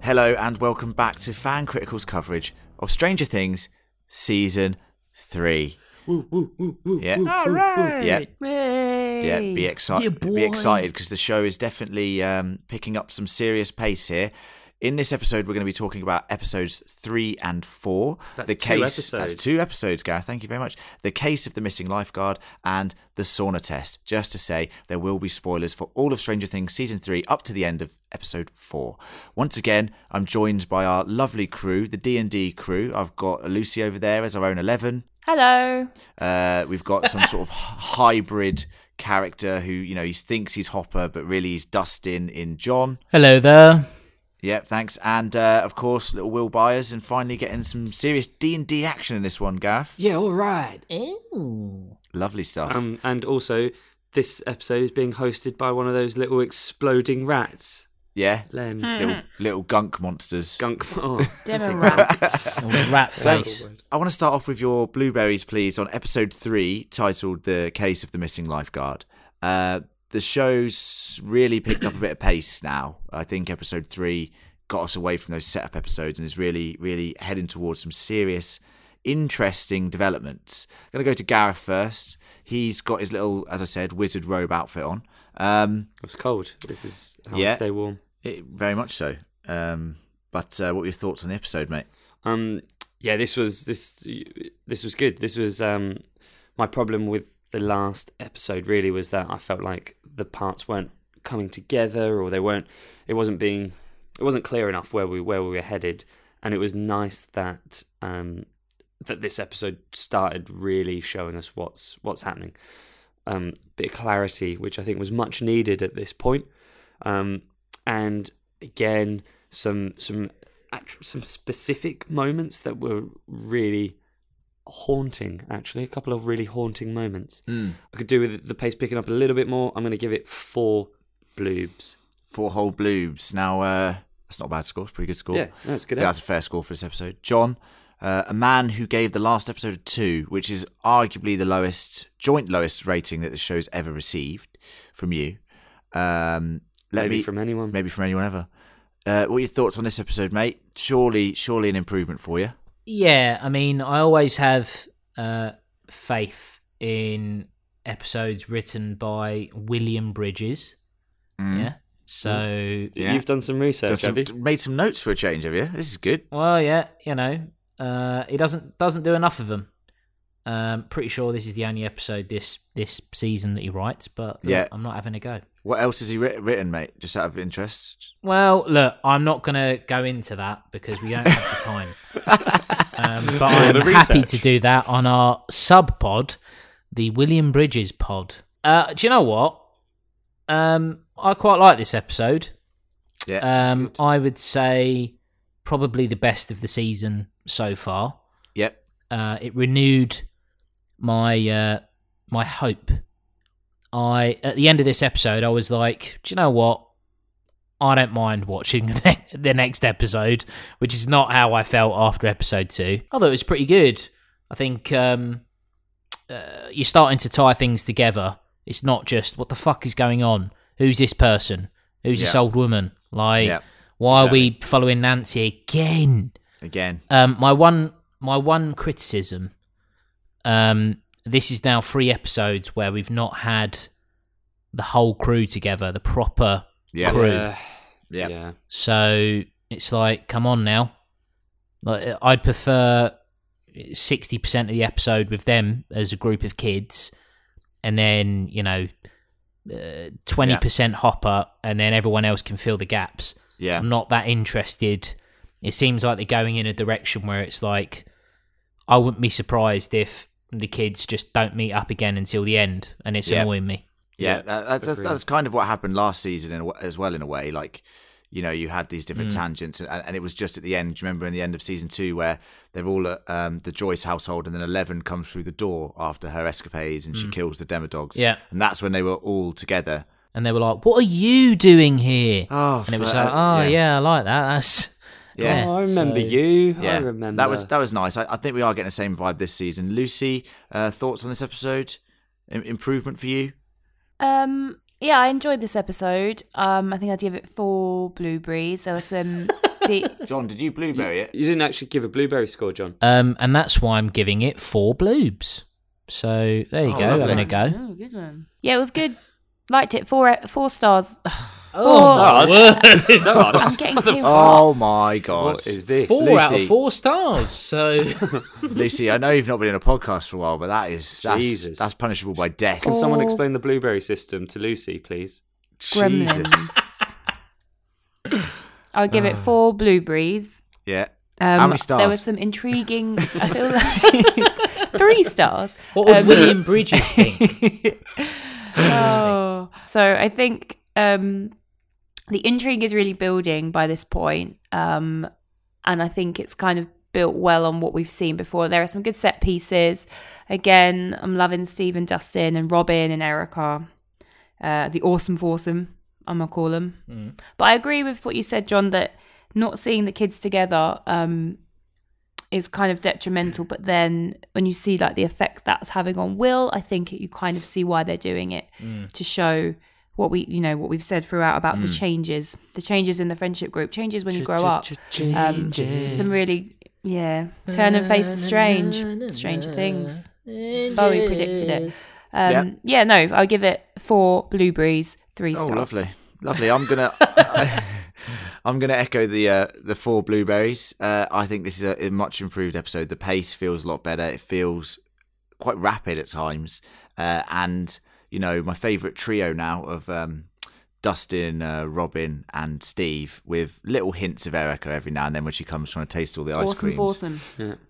Hello and welcome back to Fan Critical's coverage of Stranger Things season three. Yeah. All right. Yeah. Yay. Yeah, be Yeah, excited. be boy. excited because the show is definitely um, picking up some serious pace here. In this episode, we're going to be talking about episodes three and four. That's the two case. episodes. That's two episodes, Gareth. Thank you very much. The case of the missing lifeguard and the sauna test. Just to say, there will be spoilers for all of Stranger Things season three up to the end of episode four. Once again, I'm joined by our lovely crew, the D and D crew. I've got Lucy over there as our own eleven. Hello. Uh, we've got some sort of hybrid character who, you know, he thinks he's Hopper, but really he's Dustin in John. Hello there. Yep, thanks. And uh, of course, little Will Byers, and finally getting some serious D and D action in this one, Gareth. Yeah, all right. Lovely stuff. Um, and also, this episode is being hosted by one of those little exploding rats. yeah, Lem. little, little gunk monsters. Gunk. Oh, Demo rats. rat face. I want to start off with your blueberries, please, on episode three, titled "The Case of the Missing Lifeguard." Uh, the show's really picked up a bit of pace now. I think episode three got us away from those setup episodes and is really, really heading towards some serious, interesting developments. I'm going to go to Gareth first. He's got his little, as I said, wizard robe outfit on. Um, it's cold. This is how Yeah. I stay warm. it, very much so. Um, but uh, what were your thoughts on the episode, mate? Um, yeah, this was this this was good. This was um, my problem with the last episode. Really, was that I felt like the parts weren't coming together, or they weren't. It wasn't being. It wasn't clear enough where we where we were headed, and it was nice that um, that this episode started really showing us what's what's happening. Um, bit of clarity, which I think was much needed at this point. Um, and again, some some actual, some specific moments that were really haunting. Actually, a couple of really haunting moments. I could do with the pace picking up a little bit more. I'm going to give it four bloobs. Four whole bloobs. Now, uh, that's not a bad score. It's a pretty good score. Yeah, that's good. Yeah, that's a fair score for this episode. John, uh, a man who gave the last episode a two, which is arguably the lowest, joint lowest rating that the show's ever received from you. Um, let Maybe me, from anyone. maybe from anyone ever. Uh, what are your thoughts on this episode, mate? Surely, surely an improvement for you. Yeah, I mean, I always have uh, faith in episodes written by William Bridges. Hmm. Yeah. So, Yeah. You've done some research, Mm. Done some- have you? made some notes for a change, have you? This is good. well, yeah, you know, uh, he doesn't doesn't do enough of them. Um, pretty sure this is the only episode this this season that he writes, but look, Yeah. I'm not having a go. What else has he writ- written, mate? Just out of interest. Well, look, I'm not going to go into that because we don't have the time. um, but I'm the happy research. to do that on our sub pod, the William Bridges pod. Uh, do you know what? Um, I quite like this episode. Yeah. Um, I would say probably the best of the season so far. yep. Uh, it renewed my uh, my hope. I at the end of this episode, I was like, do you know what? I don't mind watching the ne- the next episode, which is not how I felt after episode two. I thought it was pretty good. I think um, uh, you're starting to tie things together. It's not just what the fuck is going on. Who's this person? Who's this Yeah. old woman? Like, Yeah, why are exactly. we following Nancy again? Again. Um, my one, my one criticism. Um, this is now three episodes where we've not had the whole crew together, the proper Yeah. crew. Yeah. Yeah. Uh, yeah. So it's like, come on now. Like, I'd prefer sixty percent of the episode with them as a group of kids, and then you know, uh, twenty percent Hopper, and then everyone else can fill the gaps. Yeah. I'm not that interested. It seems like they're going in a direction where it's like, I wouldn't be surprised if the kids just don't meet up again until the end, and it's Yeah. annoying me. Yeah, Yeah, that, that's, that's agreed. that's kind of what happened last season in, a w- as well. In a way, like you know, you had these Mm. different tangents, and, and it was just at the end. Do you remember in the end of season two where they're all at um, the Joyce household, and then Eleven comes through the door after her escapades, and she kills the Demodogs. Mm. Yeah. and that's when they were all together. And they were like, "What are you doing here?" Oh, and it was like, "Oh yeah, I like that." That's yeah. Oh, I remember you. Yeah, Oh, I remember. that was that was nice. I, I think we are getting the same vibe this season. Lucy, uh, thoughts on this episode? Im- improvement for you? Um, yeah, I enjoyed this episode. Um, I think I'd give it four blueberries. There were some The, John, did you blueberry it? You didn't actually give a blueberry score, John. Um, and that's why I'm giving it four bloobs. So there you Oh, go. lovely. Having a go. Oh, good one. yeah, it was good. Liked it. Four four stars. Oh, stars. word. I'm Stars. getting too Oh my god. what is this? Four out of Lucy. four stars. So Lucy, I know you've not been in a podcast for a while, but that is that's Jesus. that's punishable by death. Can someone Oh. explain the blueberry system to Lucy, please? Oh, Jesus. gremlins. I'll give it four blueberries. Yeah. Um, Ah. How many stars? There was some intriguing. I feel like three stars. what would Um, William Bridges think? Oh. So I think um, the intrigue is really building by this point, um, and I think it's kind of built well on what we've seen before. There are some good set pieces. Again, I'm loving Steve and Dustin and Robin and Erica, uh, the awesome foursome. I'm gonna call them. But I agree with what you said, John. That not seeing the kids together um, is kind of detrimental. But then when you see like the effect that's having on Will, I think you kind of see why they're doing it to show what we, you know, what we've said throughout about the changes, the changes in the friendship group, changes when you grow up. Um, some really, yeah, turn and face the strange, stranger things. Bowie predicted it. Um, Yeah. Yeah, no, I'll give it four blueberries, three Oh, stars. lovely, lovely. I'm gonna, I, am gonna echo the uh, the four blueberries. Uh, I think this is a, a much improved episode. The pace feels a lot better. It feels quite rapid at times, uh, and you know my favourite trio now of um, Dustin, uh, Robin, and Steve, with little hints of Erica every now and then when she comes trying to taste all the ice Awesome, creams. awesome.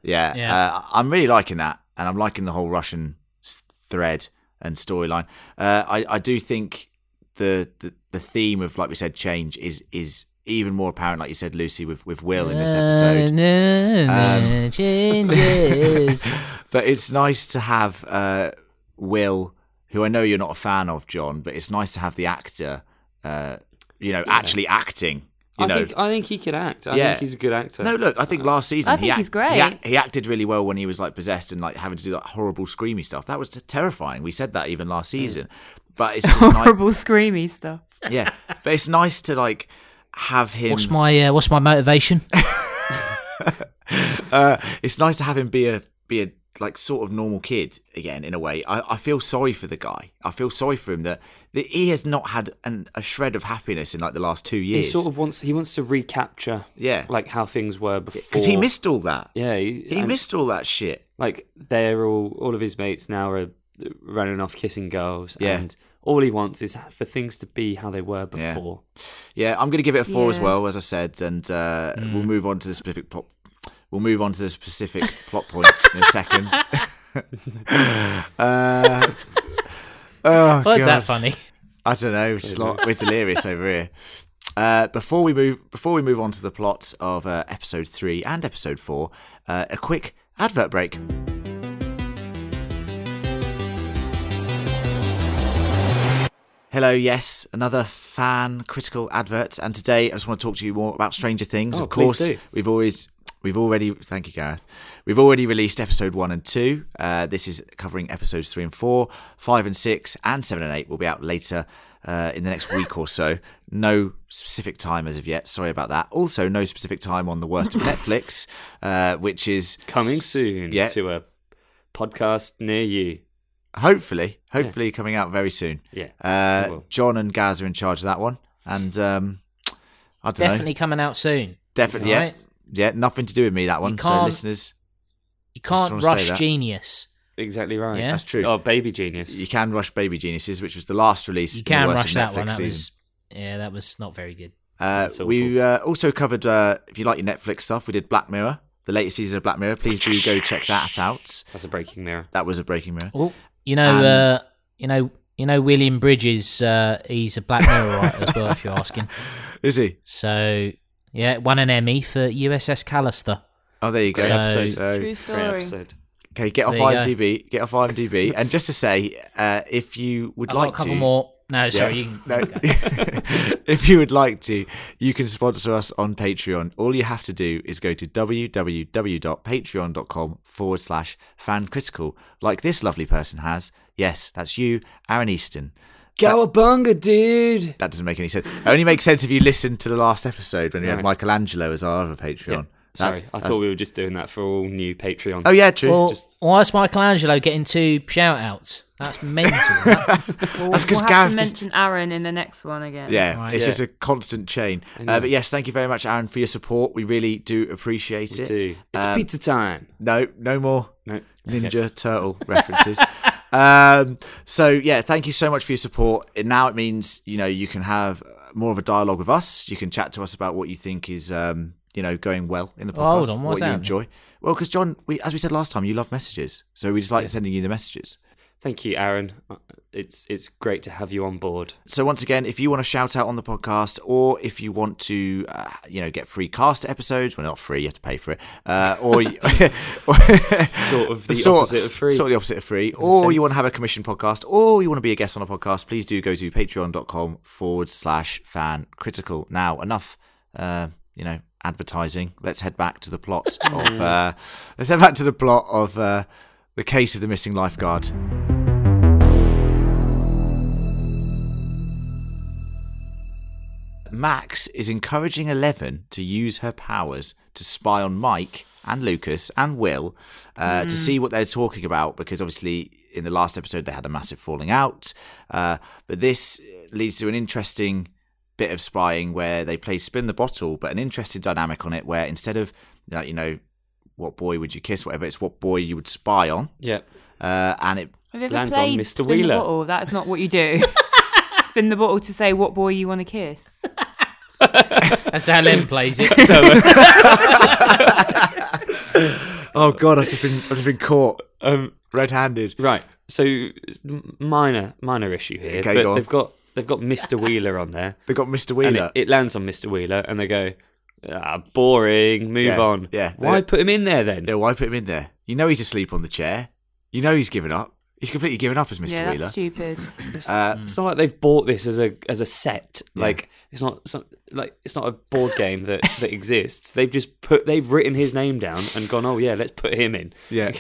Yeah, Yeah. Uh, I'm really liking that, and I'm liking the whole Russian s- thread and storyline. Uh, I I do think the, the the theme of like we said change is is even more apparent, like you said, Lucy, with with Will in this episode. Um, Changes. But it's nice to have uh, Will, who I know you're not a fan of, John, but it's nice to have the actor, uh, you know, actually acting. You I know, think I think he could act. I Yeah. think he's a good actor. No, look, I think last season I he, think act- he's great. he, act- he acted really well when he was like possessed and like having to do like horrible screamy stuff. That was t- terrifying. We said that even last season. But it's just nice, Horrible screamy stuff. yeah. But it's nice to like have him. what's my uh, What's my motivation? uh, it's nice to have him be a be a like sort of normal kid again in a way. I, I feel sorry for the guy. I feel sorry for him that, that he has not had an, a shred of happiness in like the last two he years. sort of wants he wants to recapture yeah, like how things were before. because he missed all that. Yeah, He and- missed all that shit. like they're all all of his mates now are running off kissing girls Yeah. and all he wants is for things to be how they were Yeah. before Yeah, I'm going to give it a four as Yeah. well, as I said, and uh, we'll move on to the specific plot. We'll move on to the specific plot points in a second. uh, oh, Why is God. that funny? I don't know. It's just like we're delirious over here. Uh, before we move, before we move on to the plot of uh, episode three and episode four, uh, a quick advert break. Hello, yes, another fan critical advert, and today I just want to talk to you more about Stranger Things. Oh, of please course, do. we've always we've already thank you gareth we've already released episode one and two uh, this is covering episodes three and four five and six and seven and eight will be out later uh, in the next week or so no specific time as of yet sorry about that also no specific time on the worst of netflix uh, which is coming soon yeah. to a podcast near you hopefully hopefully coming out very soon yeah It uh, will. john and gaz are in charge of that one and um, i don't know Definitely coming out soon. definitely yeah, Right. yeah nothing to do with me that one so can't- listeners You Just can't wanna say rush that. genius. exactly right Yeah. that's true oh baby genius You can rush Baby Geniuses, which was the last release. You in the can worst of rush that Netflix one. That season. was yeah, that was not very good. Uh, That's awful. we uh, also covered, uh, if you like your Netflix stuff, we did Black Mirror, the latest season of Black Mirror. Please do go check that out. that's a breaking mirror That was a breaking mirror. Oh, you know, Um, uh, you know, you know, William Bridges. Uh, he's a Black Mirror writer as well, if you're asking. Is he? So yeah, won an Emmy for USS Callister. Oh, there you go. So- So, True great story. episode okay, get off There you go. IMDb. Get off IMDb. and just to say, uh, if you would I've like got a couple to, more. No, Yeah. sorry, you can, No. if you would like to, you can sponsor us on Patreon. All you have to do is go to www.patreon.com forward slash fan critical, like this lovely person has. Yes, that's you, Aaron Easton. Cowabunga, dude. That doesn't make any sense. It only makes sense if you listen to the last episode when we had Right. Michelangelo as our other Patreon. Sorry, That's- I that's- thought we were just doing that for all new Patreons. Oh yeah, true. Well, just- why is Michelangelo getting two shout outs? That's mental. That- We'll, 'cause we'll have Gareth just- to mention Aaron in the next one again. yeah, Right. it's Yeah. just a constant chain. Uh, but yes, thank you very much, Aaron, for your support. We really do appreciate We it. do. It's Um, pizza time. No, no more No. Ninja Turtle references. um, so yeah, thank you so much for your support. And now it means you know you can have more of a dialogue with us. You can chat to us about what you think is um, you know going well in the podcast. Well, hold on, what what's you happening? enjoy. Well, because John, we, as we said last time, you love messages, so we just like sending you the messages. Thank you, Aaron. Uh, It's it's great to have you on board. So once again, if you want to shout out on the podcast, or if you want to, uh, you know, get free cast episodes, well, not free, you have to pay for it, uh, or Sort of the opposite of free. sort of the opposite of free, or you sense. want to have a commission podcast, or you want to be a guest on a podcast, please do go to patreon.com forward slash fan critical. Now, enough, uh, you know, advertising. Let's head back to the plot of. Uh, let's head back to the plot of uh, the case of the missing lifeguard. Max is encouraging Eleven to use her powers to spy on Mike and Lucas and Will uh, to see what they're talking about because obviously in the last episode they had a massive falling out. Uh, but this leads to an interesting bit of spying where they play spin the bottle, but an interesting dynamic on it where instead of uh, you know what boy would you kiss, whatever, it's what boy you would spy on, Yeah. uh, and it Have you ever Lands on played Mr. Spin Wheeler. the Bottle? That's not what you do. spin the bottle to say what boy you want to kiss. That's how Len plays it. Oh god, I've just been I've just been caught red-handed. Right. So it's m- minor minor issue here, Okay, but go on. they've got they've got Mr. Wheeler on there, They got Mr. and Wheeler. it, it lands on Mr. Wheeler, and they go, ah, boring. Move Yeah, on. yeah. Why put him in there then? yeah, why put him in there? You know he's asleep on the chair. You know he's given up. He's completely given up as Mr. yeah, Wheeler. that's stupid. Uh, It's not like they've bought this as a as a set. Like it's not some, like it's not a board game that, that exists. They've just put they've written his name down and gone, oh yeah, let's put him in. Yeah.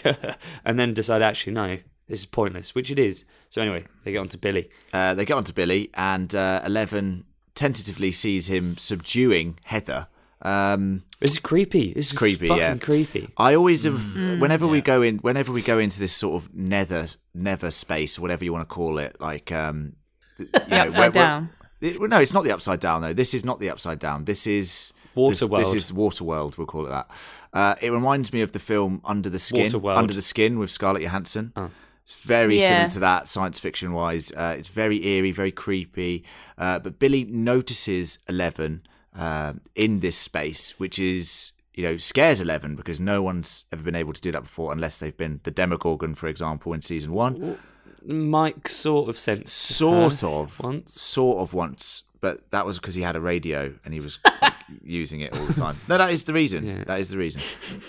and then decide actually no, this is pointless, which it is. So anyway, they get on to Billy. uh, they get onto Billy, and uh, Eleven tentatively sees him subduing Heather. Um, This is creepy. This is Creepy, Fucking yeah. creepy. I always have, Mm. Mm, whenever we go in, whenever we go into this sort of nether, nether space, or whatever you want to call it, like um, you know, where- Upside where- down. It- well, no, it's not the upside down though. This is not the upside down. This is Water this, World. This is water world. We'll call it that. Uh, it reminds me of the film Under the Skin. Water World. Under the Skin with Scarlett Johansson. It's very Yeah. similar to that, science fiction wise. Uh, it's very eerie, very creepy. Uh, but Billy notices Eleven um in this space, which is you know scares Eleven because no one's ever been able to do that before, unless they've been the Demogorgon, for example, in season one Mike sort of sense sort of once. sort of once but that was because he had a radio and he was like, using it all the time no that is the reason that is the reason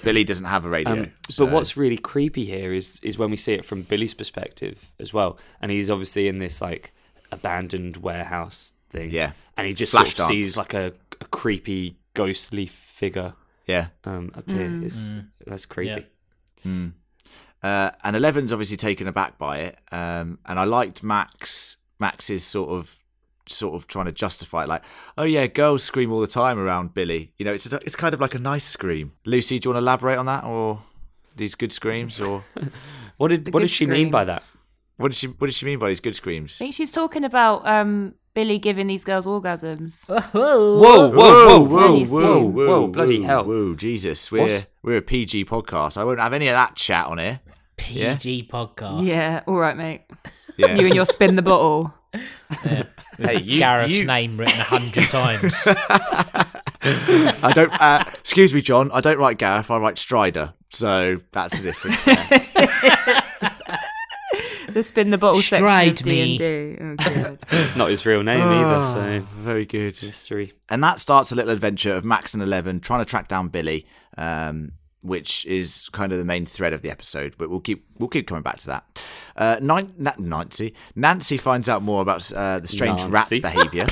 billy doesn't have a radio Um, so- But what's really creepy here is is when we see it from Billy's perspective as well, and he's obviously in this like abandoned warehouse thing. Yeah. and he just Flash sort of dance. sees like a, a creepy ghostly figure yeah um, appear. Mm. It's, That's creepy. Yeah. uh, and Eleven's obviously taken aback by it. Um, and I liked Max Max's sort of sort of trying to justify it, like, oh yeah, girls scream all the time around Billy. You know, it's a, it's kind of like a nice scream. Lucy, do you want to elaborate on that, or these good screams, or What did The what good did she mean by screams. that? what did she what did she mean by these good screams? I think she's talking about um, Billy giving these girls orgasms. Whoa, whoa, whoa, whoa, Bloody whoa, sin. whoa, bloody hell! Whoa, Jesus, we're What's- we're a PG podcast. I won't have any of that chat on here. PG podcast. Yeah, all right, mate. Yeah. You and your spin the bottle. hey, you, Gareth's you- name written a hundred times. I don't. Uh, excuse me, John. I don't write Gareth. I write Strider. So that's the difference. There. The spin the bottle Stride section me. of D&D. Oh, God. Not his real name either. So Very good. mystery. And that starts a little adventure of Max and Eleven trying to track down Billy, um, which is kind of the main thread of the episode. But we'll keep we'll keep coming back to that. Uh, Nin- Na- Nancy Nancy finds out more about uh, the strange Nancy. rat behaviour.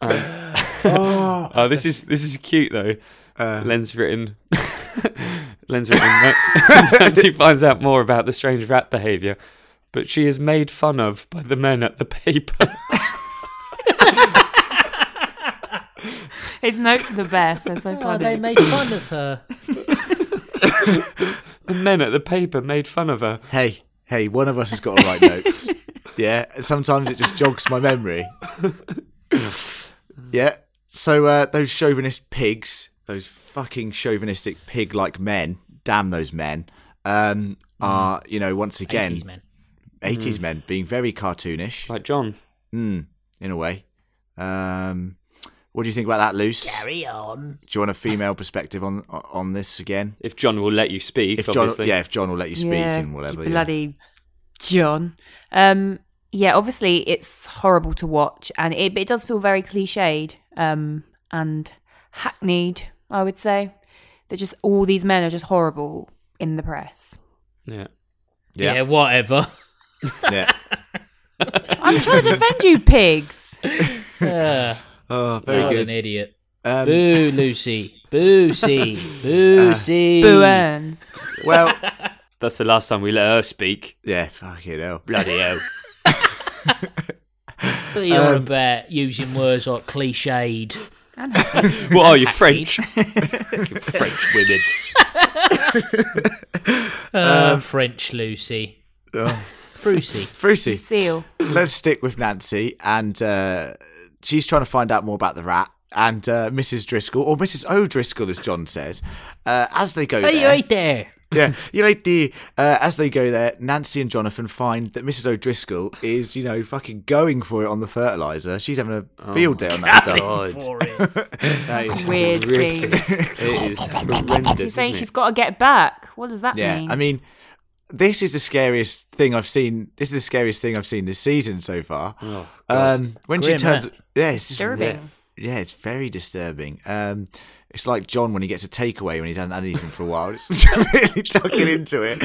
Oh, this is this is cute though. Uh. Len's written. Len's written. that Nancy finds out more about the strange rat behaviour, but she is made fun of by the men at the paper. His notes are the best. They're so Oh, funny. they made fun of her. the men at the paper made fun of her. Hey, hey, one of us has got to write notes. Yeah, sometimes it just jogs my memory. Yeah. So uh, those chauvinist pigs, those fucking chauvinistic pig-like men, damn those men, um, are you know once again 80s men. 80s men being very cartoonish Like John. mm, in a way. Um, what do you think about that, Luce? Do Carry on. you want a female perspective on on this again? If John will let you speak, If John, obviously. yeah, if John will let you speak and whatever. yeah. Bloody John. Um, yeah, obviously it's horrible to watch, and it but it does feel very cliched um, and hackneyed. I would say that just all these men are just horrible in the press. Yeah. Yeah. Yeah, whatever. Yeah. I'm trying to defend you, pigs. Uh, Oh, very what an good. idiot. Um, Uh, Boo, Lucy. Boosie. Boosie. Boo earns. Well, That's the last time we let her speak. yeah, fucking hell. Bloody hell. But you're Um, about using words like cliched. what are you, French? Fucking French women. Uh, Um, French Lucy. Oh. Fruity. Fruity, Seal. let's stick with Nancy, and uh, she's trying to find out more about the rat. And uh, Mrs. Driscoll, or Mrs. O'Driscoll, as John says, uh, as they go Hey, there, right there. yeah, you know, the, uh, as they go there, Nancy and Jonathan find that Mrs. O'Driscoll is, you know, fucking going for it on the fertilizer. She's having a field day on that dog. Oh God. For it. That is Weird horrific. It is horrendous. She's saying isn't she's it? got to get back. What does that Yeah, mean? I mean, this is the scariest thing I've seen. This is the scariest thing I've seen this season so far. Oh, God. um, when she Grim, turns, eh? yeah, it's just Disturbing. Yeah, it's very disturbing. Um, it's like John when he gets a takeaway when he's had anything for a while. It's really tucking into it.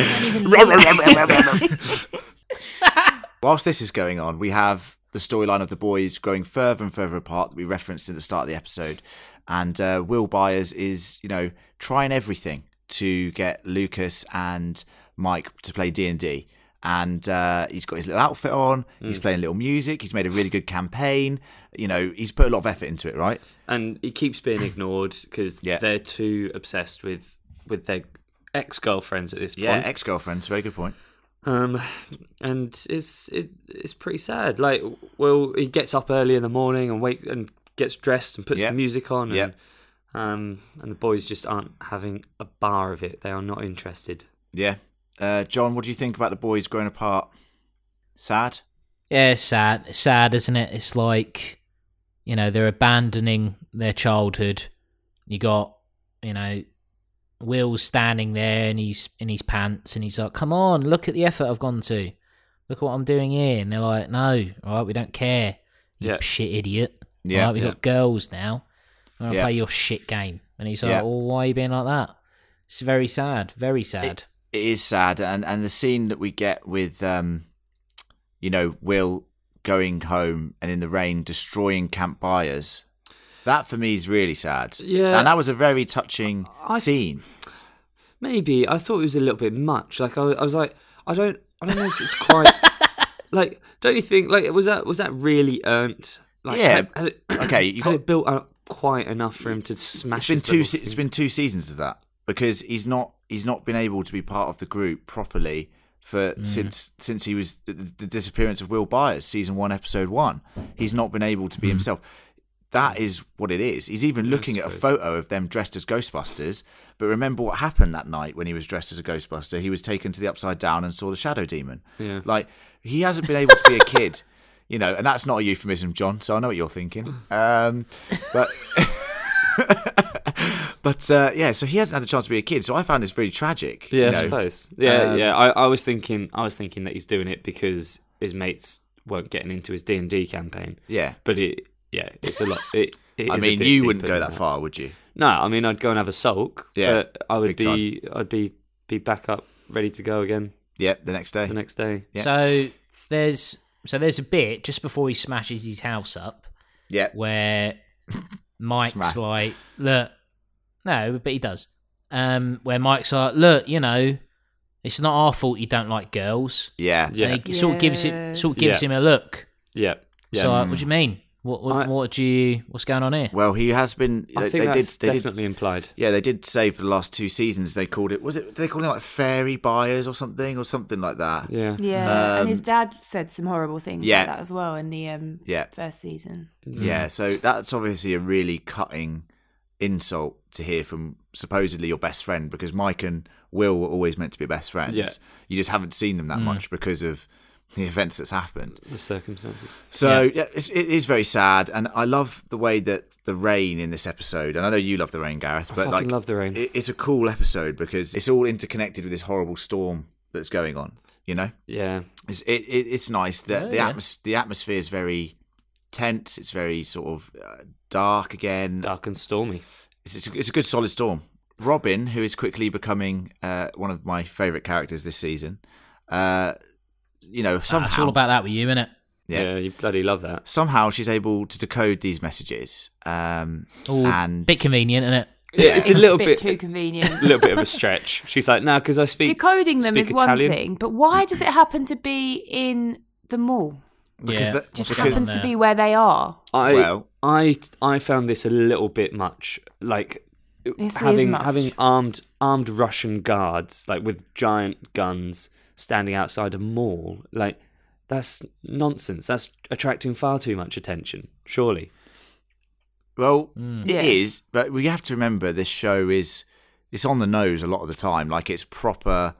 Whilst this is going on, we have the storyline of the boys growing further and further apart that we referenced at the start of the episode. And uh, Will Byers is, you know, trying everything to get Lucas and Mike to play D and D. And uh, he's got his little outfit on. He's playing little music. He's made a really good campaign. You know, he's put a lot of effort into it, right? and he keeps being ignored because Yeah. they're too obsessed with with their ex girlfriends at this point. Yeah, ex girlfriends. Very good point. Um, and it's it, it's pretty sad. Like, well, he gets up early in the morning and wake and gets dressed and puts Yeah. the music on. And, Yeah. Um, and the boys just aren't having a bar of it. They are not interested. Yeah. Uh, John, what do you think about the boys growing apart? Sad. Yeah, it's sad. It's sad, isn't it? It's like, you know, they're abandoning their childhood. You got, you know, Will standing there in his in his pants, and he's like, "Come on, look at the effort I've gone to. Look at what I'm doing here." And they're like, "No, all right, we don't care. You Yeah. shit idiot. Yeah, all right, we yeah. got girls now. I'm gonna Yeah. play your shit game." And he's like, Yeah. "Well, why are you being like that?" It's very sad. Very sad. It is sad, and and the scene that we get with, um, you know, Will going home and in the rain destroying Camp Byers. That for me is really sad. Yeah. and that was a very touching I- scene. Maybe I thought it was a little bit much. Like I, I was like, I don't, I don't know if it's quite. like, don't you think? Like, was that was that really earned? Like, Yeah. had- had it- Okay, you had got- it built up quite enough for him to smash. It's been his two. little se- thing? It's been two seasons of that because he's not he's not been able to be part of the group properly for since since he was the, the disappearance of Will Byers, season one, episode one. He's not been able to be himself. That Hmm. is what it is. He's even looking at a photo of them dressed as Ghostbusters. But remember what happened that night when he was dressed as a Ghostbuster? He was taken to the Upside Down and saw the Shadow Demon. Yeah. Like he hasn't been able to be a kid, you know. And that's not a euphemism, John. So I know what you're thinking. Um, but but uh, yeah, so he hasn't had a chance to be a kid. So I found this very tragic. you Yeah, know. I suppose. Yeah, Um, yeah. I, I was thinking, I was thinking that he's doing it because his mates weren't getting into his D and D campaign. Yeah. But it, yeah, it's a lot. It, it I is a mean, bit you wouldn't deeper go than that far, would you? No, I mean, I'd go and have a sulk. Yeah, but I would big time. be, I'd be, be back up, ready to go again Yeah, the next day. the next day. Yeah. So there's so there's a bit just before he smashes his house up yeah. where Mike's Smash. like, look, no, but he does. Um, where Mike's like, look, you know, It's not our fault you don't like girls. Yeah. Yeah. And he sort of gives Yeah. it sort of gives Yeah. him a look. Yeah. Yeah. So like, what do you mean? What what, I- what do you what's going on here? Well, he has been. I they, think they did. that's They did. definitely implied. Yeah, they did say for the last two seasons they called it. Was it? They called it like fairy buyers or something or something like that. Yeah. Yeah, and his Um, dad said some horrible things yeah. like that as well in the um, Yeah. first season. Yeah, so that's obviously a really cutting insult to hear from supposedly your best friend because Mike and Will were always meant to be best friends. Yeah. Mm. You just haven't seen them that much because of the events that's happened. The circumstances. So yeah, it's, it is very sad, and I love the way that the rain in this episode. And I know you love the rain, Gareth, but fucking like love the rain. it- it's a cool episode because it's all interconnected with this horrible storm that's going on. You know, Yeah. it's it, it, it's nice that Oh, the yeah. atmos- the atmosphere is very tense. It's very sort of uh, dark again. Dark and stormy. It's, it's, a- it's a good solid storm. Robin, who is quickly becoming uh, one of my favourite characters this season, uh, you know somehow It's all about that with you, isn't it? Yeah. Yeah. you bloody love that. somehow she's able to decode these messages. Um, All and bit convenient, isn't it? Yeah, it's a little bit, bit, too convenient. a little bit of a stretch. She's like, no, because I speak Decoding them speak is one Italian. thing, but why does it happen to be in the mall? because yeah. that- Just because- happens to there. be where they are. I, Well- I, I found this a little bit much. Like This is having much. having armed armed Russian guards, like with giant guns, standing outside a mall. Like that's nonsense. That's attracting far too much attention. Surely. Well, it is, Yeah. but we have to remember this show is it's on the nose a lot of the time. Like it's proper,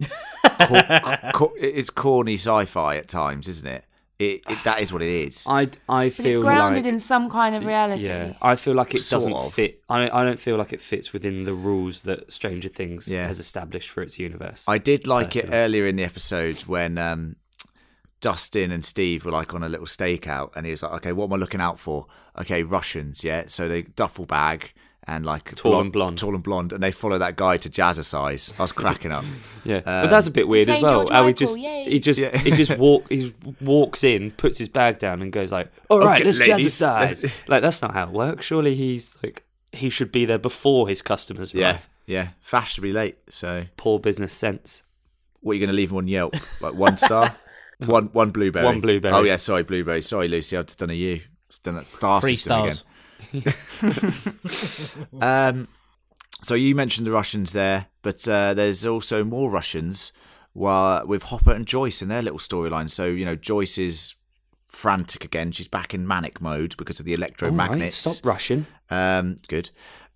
cor- cor- it's corny sci-fi at times, isn't it? It, it that is what it is. I, I But it's feel grounded like in some kind of reality. Yeah, I feel like it Sort doesn't of. fit. I don't, I don't feel like it fits within the rules that Stranger Things Yeah. has established for its universe. I did like it Personally. earlier in the episode when um, Dustin and Steve were like on a little stakeout, and he was like, "Okay, what am I looking out for? Okay, Russians, yeah." So they duffel bag and like a Tall and blonde. tall and blonde, and they follow that guy to jazzercise. I was cracking up. yeah, but that's a bit weird as Plain well. George How he Michael, just yay. he just Yeah. he just walk he walks in, puts his bag down, and goes like, "All right, Okay, let's ladies, jazzercise." let's- like that's not how it works. Surely he's like he should be there before his customers arrive. Yeah, yeah, fashionably late. So Poor business sense. what are you going to leave them on Yelp? Like one star, one one blueberry, One blueberry. Oh yeah, sorry blueberry. Sorry Lucy, I've just done a U. Just done that star Three system again. stars. Um, so you mentioned the Russians there, but uh, there's also more Russians while, with Hopper and Joyce in their little storyline. So you know Joyce is frantic again. She's back in manic mode because of the All right, electromagnets. stop rushing. Um, good.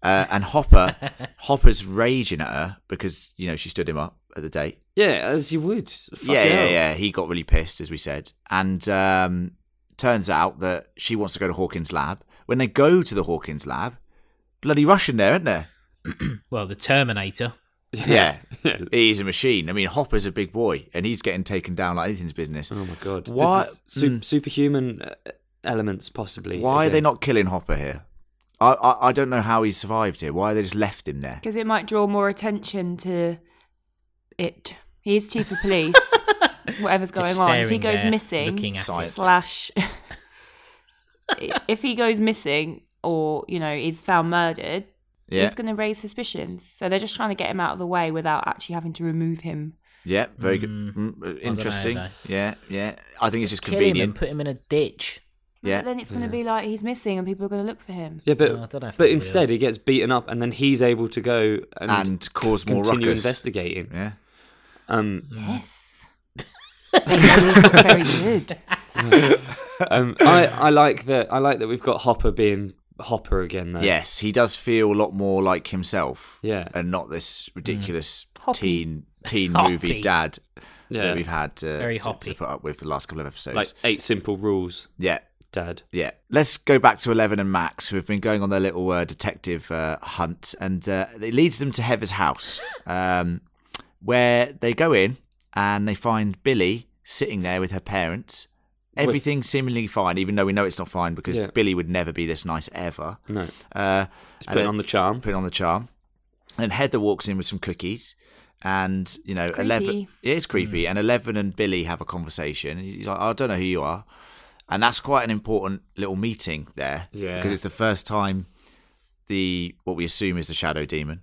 Uh, and Hopper, Hopper's raging at her because you know she stood him up at the date. Yeah, as you would. Fuck yeah, yeah, hell. yeah. He got really pissed, as we said, and um, turns out that she wants to go to Hawkins' lab. When they go to the Hawkins' lab, bloody Russian there, isn't there? Well, the Terminator. Yeah. he's a machine. I mean, Hopper's a big boy, and he's getting taken down like anything's business. Oh my god. Why- Hmm. This is su- superhuman uh, elements possibly? Why are again. they not killing Hopper here? I, I I don't know how he survived here. Why they just left him there? Because it might draw more attention to it. He is chief of police. Whatever's going Just on. If he staring goes there, missing, looking at Science. it. slash. if he goes missing or, you know, is found murdered, Yeah, he's going to raise suspicions. So they're just trying to get him out of the way without actually having to remove him. yeah, very good, Mm, mm, uh, interesting. though. yeah, yeah. I think it's just Kill him and convenient. put him in a ditch. But Yeah, then it's going to be like he's missing and people are going to look for him. Yeah, but No, Uh, I don't know if but they instead he gets beaten up, and then he's able to go and, and cause more continue ruckus. investigating. Yeah, Um, Yes. very good. um, I, I like that. I like that we've got Hopper being Hopper again. Though. yes, he does feel a lot more like himself, Yeah. and not this ridiculous Hoppy. teen teen Hoppy. movie dad Yeah. that we've had to, Very to- hoppy. to put up with for the last couple of episodes. Like eight simple rules, yeah, Dad. Yeah, let's go back to Eleven and Max, who have been going on their little uh, detective uh, hunt, and uh, it leads them to Heather's house, um, where they go in and they find Billy sitting there with her parents. Everything seemingly fine, even though we know it's not fine because Yeah. Billy would never be this nice ever. No, Uh, it's putting on the charm. put on the charm. And Heather walks in with some cookies, and you know, eleven. Creepy. It is creepy, and eleven and Billy have a conversation. and He's like, "I don't know who you are," and that's quite an important little meeting there, Yeah. because it's the first time the what we assume is the Shadow Demon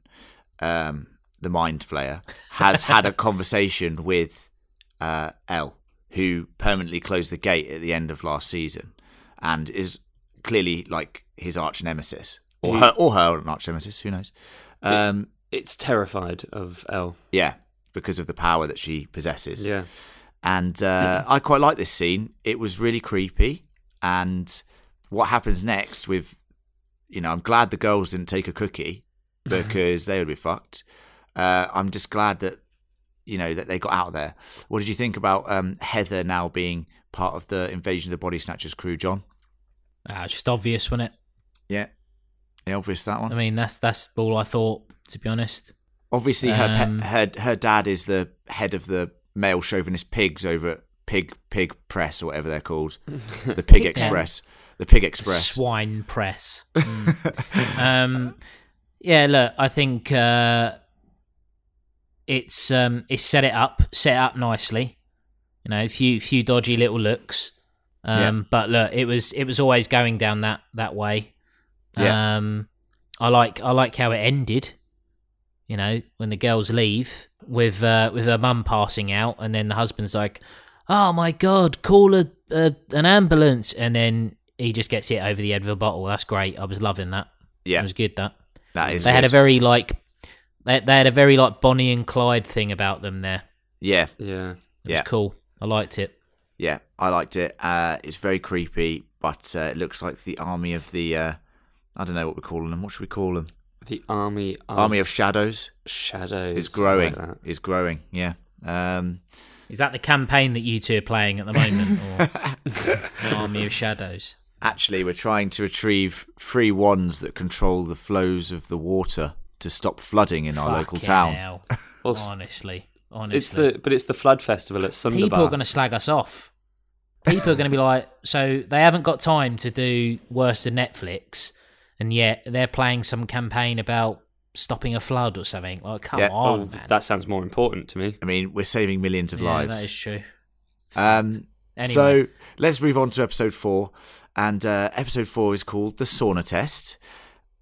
um, the mind flayer, has had a conversation with uh, L, who permanently closed the gate at the end of last season, and is clearly like his arch nemesis, or her, or her arch nemesis. Who knows? Um, It's terrified of L. yeah, because of the power that she possesses. Yeah. And uh, I quite like this scene. It was really creepy. And what happens next with, you know, I'm glad the girls didn't take a cookie because they would be fucked. Uh, I'm just glad that, you know, that they got out of there. What did you think about um, Heather now being part of the Invasion of the Body Snatchers crew, John? Ah, just obvious, wasn't it? Yeah. Yeah, obvious that one. I mean, that's that's all I thought, to be honest. Obviously, her, pe- Um, her her dad is the head of the male chauvinist pigs over at Pig Pig Press or whatever they're called, the Pig Express, the Pig Express. Swine press. Mm. um, yeah, look, I think uh, it's um, it's set it up, set it up nicely. You know, few few dodgy little looks, um, but look, it was it was always going down that that way. Yeah. Um, I like I like how it ended. You know, when the girls leave with uh, with her mum passing out, and then the husband's like, "Oh my god, call a, a an ambulance!" And then he just gets hit over the head with a bottle. That's great. I was loving that. Yeah. it was good. That that is they had a good. very like they, they had a very like Bonnie and Clyde thing about them there. yeah, Yeah. It Yeah. was cool. I liked it. yeah. I liked it. Uh, it's very creepy, but uh, it looks like the army of the uh, I don't know what we're calling them. What should we call them? The army of Army of shadows shadows is growing. like that. is growing. Yeah. Um, Is that the campaign that you two are playing at the moment, or Army of Shadows? Actually, we're trying to retrieve three wands that control the flows of the water to stop flooding in our local Fucking town. hell. Well, s- honestly, honestly, It's the but it's the flood festival at Sunderbar. people are going to slag us off. People are going to be like, so they haven't got time to do worse than Netflix, and yet they're playing some campaign about stopping a flood or something. Like, come Yeah. on, Oh, man. that sounds more important to me. I mean, we're saving millions of yeah, lives. that is true. um, Anyway. So let's move on to episode four. And uh, episode four is called The Sauna Test.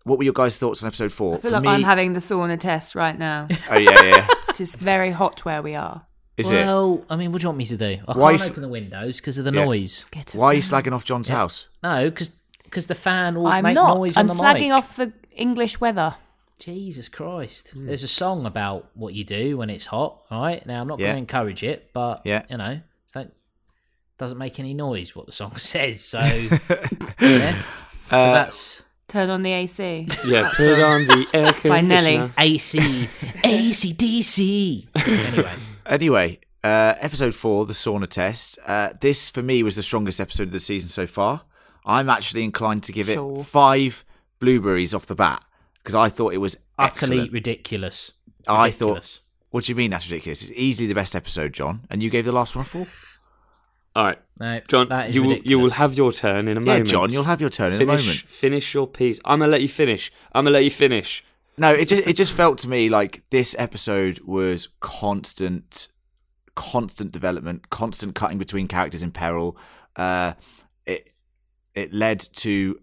What were your guys' thoughts on episode four? I feel like I'm having the sauna test right now. oh, yeah, yeah. It's just very hot where we are. Is it? well, I mean, what do you want me to do? I Why can't s- open the windows because of the Yeah. noise. Get a Why are you fan. slagging off John's house? No, because the fan will I'm make not. noise I'm on the slagging mic. off the English weather. Jesus Christ. Hmm. There's a song about what you do when it's hot, right? Now, I'm not Yeah. going to encourage it, but, Yeah. you know, it's like, doesn't make any noise what the song says. So, yeah. so Uh, that's Turn on the AC. Yeah, put on the air conditioner. By Nelly. AC, ACDC. Anyway, Anyway, uh, episode four, the sauna test. Uh, this for me was the strongest episode of the season so far. I'm actually inclined to give it Sure. five blueberries off the bat because I thought it was utterly excellent. ridiculous. I thought- Ridiculous. What do you mean that's ridiculous? It's easily the best episode, John, and you gave the last one a four. All right, No, John, that is you will, you will ridiculous. have your turn in a Yeah, moment. John, you'll have your turn in a finish, moment. Finish your piece. I'm gonna let you finish. I'm gonna let you finish. No, it just it just felt to me like this episode was constant, constant development, constant cutting between characters in peril. Uh, it it led to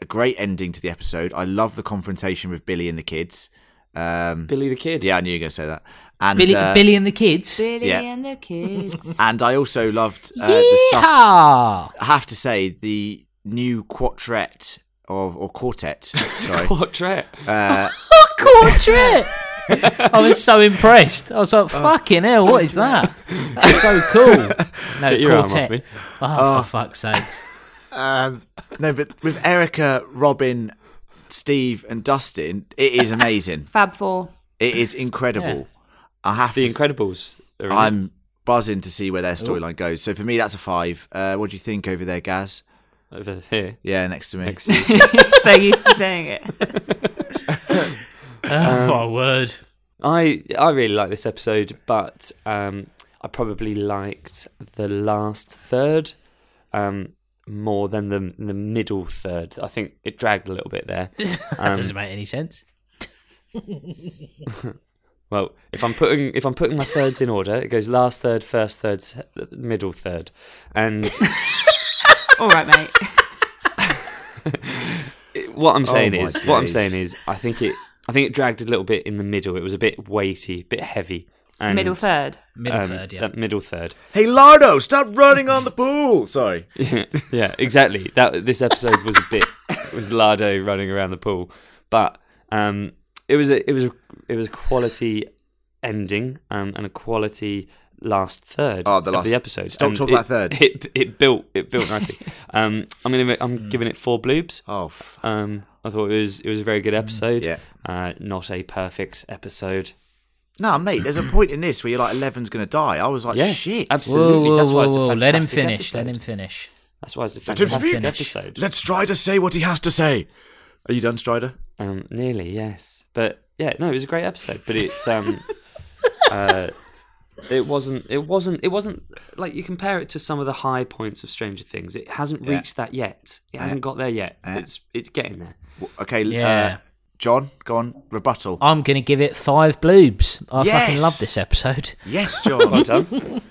a great ending to the episode. I love the confrontation with Billy and the kids. Um, Billy the Kid. yeah, I knew you were going to say that. And Billy, uh, Billy and the kids. Billy Yeah. and the kids. and I also loved uh, the stuff. Yeehaw! I have to say the new quartet of or quartet. Sorry. Portrait. uh, Portrait. I was so impressed. I was like, "Fucking hell, what is that? That's so cool." No, Get your arm off quartet. me. Oh, for fuck's sakes! Um, no, but with Erica, Robin, Steve, and Dustin, it is amazing. Fab Four. It is incredible. I have The to. Incredibles. are in it. I'm buzzing to see where their storyline goes. So for me, that's a five. Uh, what do you think over there, Gaz? over here. Yeah, next to me. Next to you. So used to saying it. Oh, my Um, word! I I really like this episode, but um, I probably liked the last third um, more than the the middle third. I think it dragged a little bit there. That doesn't um, make any sense. Well, if I'm putting if I'm putting my thirds in order, it goes last third, first third, se- middle third, and All right, mate. what I'm saying my is what I'm Oh days. saying is I think it I think it dragged a little bit in the middle. It was a bit weighty, a bit heavy. And, middle third. Middle um, third, yeah. That middle third. Hey, Lardo, stop running on the pool. Sorry. yeah, exactly. That this episode was a bit was Lardo running around the pool, but um, it was a it was a, it was a quality ending um, and a quality last third Oh, the of last- the episode. Stop And talking it- about thirds. It, it built it built nicely. um, I'm gonna I'm giving it four bloobs. Oh, f- Um, I thought it was it was a very good Mm, episode. yeah. Uh, not a perfect episode. No, mate, there's a point in this where you're like, 11's going to die. I was like, Yes, shit. Oh, absolutely. Whoa, whoa, That's why whoa, it's a whoa. Let him fantastic finish. Let episode. him finish. That's why it's a him fantastic speak. episode. Let Strider say what he has to say. Are you done, Strider? Um, nearly, yes. But yeah, no, it was a great episode. But it, um, uh, it wasn't. It wasn't. It wasn't like you compare it to some of the high points of Stranger Things. It hasn't Yeah. reached that yet. It hasn't got there yet. It's it's getting there. W- Okay, Yeah. uh, John, go on. Rebuttal. Oh. I'm going to give it five bloobs. I Yes! fucking love this episode. yes, John. Well done.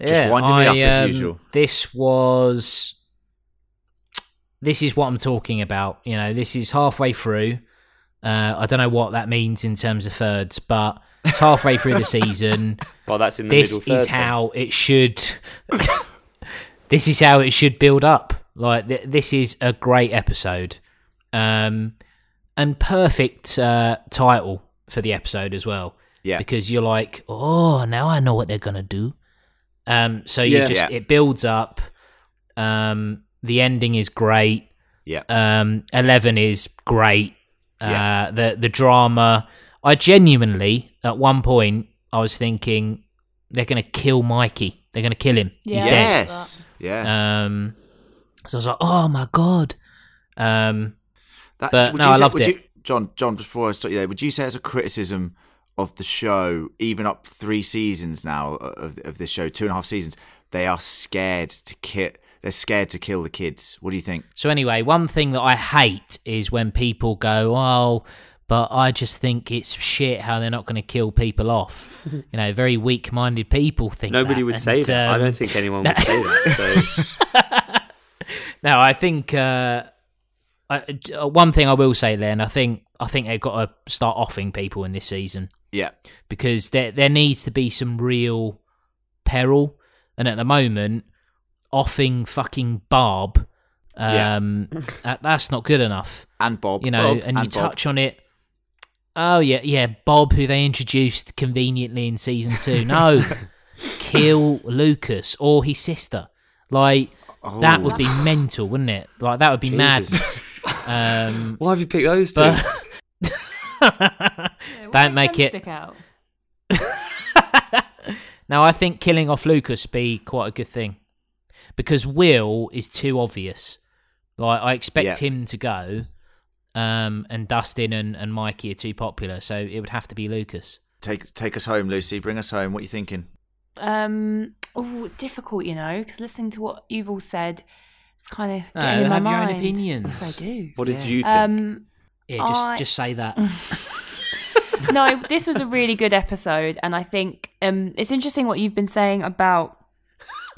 Just winding me up as usual. um, This was. This is what I'm talking about. You know, this is halfway through. Uh, I don't know what that means in terms of thirds, but it's halfway through the season. Well, that's in the this middle. Third is how it should. this is how it should build up. Like th- this is a great episode, um, and perfect uh, title for the episode as well. Yeah. because you're like, oh, now I know what they're gonna do. Um, so you Yeah. just Yeah. it builds up. Um, the ending is great. Yeah. Um, Eleven is great. Uh, Yeah. The the drama. I genuinely at one point I was thinking they're gonna kill Mikey. They're gonna kill him. He's Yeah. dead. yes. Yeah. Um, so I was like, oh my god. Um, That, But, would no, you I say- loved would it. you- John, John, just before I start you there, would you say it's a criticism of the show, even up three seasons now uh, of, of this show, two and a half seasons? They are scared to kill. They're scared to kill the kids. What do you think? So anyway, one thing that I hate is when people go, "Oh, but I just think it's shit how they're not going to kill people off." you know, very weak-minded people think. Nobody that, would and, say that. I um, don't think anyone would say that. So No, I think uh, I, uh, one thing I will say then, I think I think they've got to start offing people in this season Yeah, because there there needs to be some real peril, and at the moment, offing fucking Barb, Yeah. um, that, that's not good enough. and Bob, you know, Bob, and you Bob. touch on it. Oh yeah, yeah, Bob, who they introduced conveniently in season two. No, kill Lucas or his sister. Like that Oh. would be mental, wouldn't it? Like that would be Jesus. madness. Um, why have you picked those two? but don't make it. Stick out. Now I think killing off Lucas would be quite a good thing because Will is too obvious. Like I expect Yeah. him to go, um, and Dustin and, and Mikey are too popular, so it would have to be Lucas. take take us home, Lucy. Bring us home. What are you thinking? Um, oh, difficult, you know, because listening to what you've all said, it's kind of No, getting in my have your own mind. opinions. Yes, I do. What Yeah. did you think? Um, Yeah, just I- just say that. no, this was a really good episode, and I think um, it's interesting what you've been saying about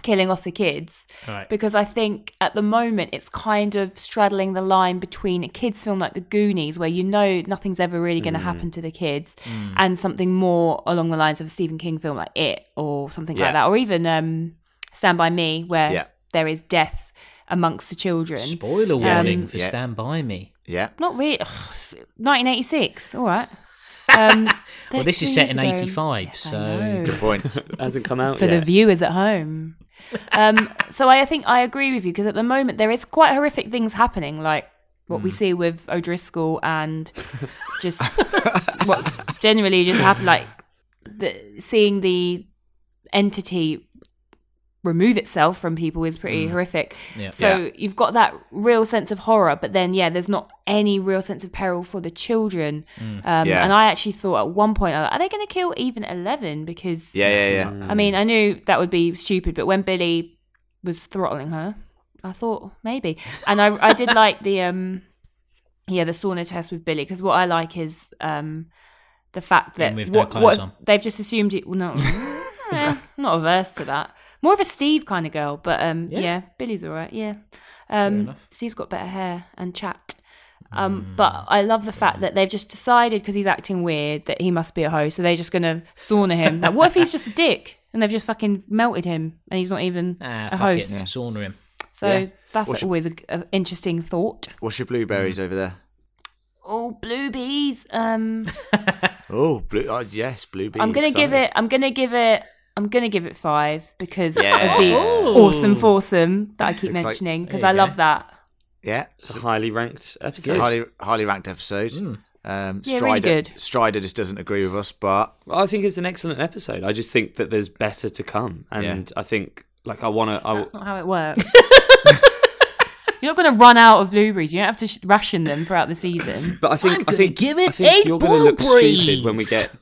killing off the kids Right. because I think at the moment it's kind of straddling the line between a kids film like The Goonies, where you know nothing's ever really going to Mm. happen to the kids, and something more along the lines of a Stephen King film like It or something Yeah. like that, or even um, Stand by Me, where Yeah. there is death amongst the children. Spoiler Yeah. warning Um, for yeah. Stand By Me. Yeah, Not really. 1986. All right. Um, Well, this is 13 set years in ago. 85, Yes, I so- know. good point. hasn't come out for yet. the viewers at home. Um, so I think I agree with you because at the moment there is quite horrific things happening, like what we see with O'Driscoll and just what's generally just happened, like the, seeing the entity remove itself from people is pretty horrific. Yeah. So Yeah. you've got that real sense of horror, but then yeah, there's not any real sense of peril for the children. Um, Yeah. And I actually thought at one point, I was like, are they going to kill even Eleven? Because Yeah, yeah, yeah. I mean, I knew that would be stupid, but when Billy was throttling her, I thought maybe, and I I did like the um, yeah, the sauna test with Billy because what I like is um, the fact that And with no what, clothes what- on. they've just assumed it. Well, no, eh, not averse to that. More of a Steve kind of girl, but um, yeah, Yeah. Billy's all right. Yeah, um, enough. Steve's got better hair and chat. Um, Mm. But I love the fact that they've just decided because he's acting weird that he must be a hoe, so they're just going to sauna him. Like, what if he's just a dick and they've just fucking melted him and he's not even Ah, a fuck host? it, sauna him. So Yeah. that's Or should- always an interesting thought. What's your blueberries over there? Oh, bluebees. Um, Oh, blue, uh, oh yes, blueberries. I'm gonna give sorry. it. I'm gonna give it. I'm gonna give it five because Yeah. of the Ooh. awesome foursome that I keep Looks like- mentioning because there I you love go. that. Yeah, It's a highly ranked It's a episode. highly, highly ranked episode. Um, Yeah, Strider, really good. Strider just doesn't agree with us, but Well, I think it's an excellent episode. I just think that there's better to come, and I think like I want to. I, That's not how it works. You're not going to run out of blueberries. You don't have to sh- ration them throughout the season. But I think I'm I gonna think give it I think eight you're gonna look stupid when we blueberries. get.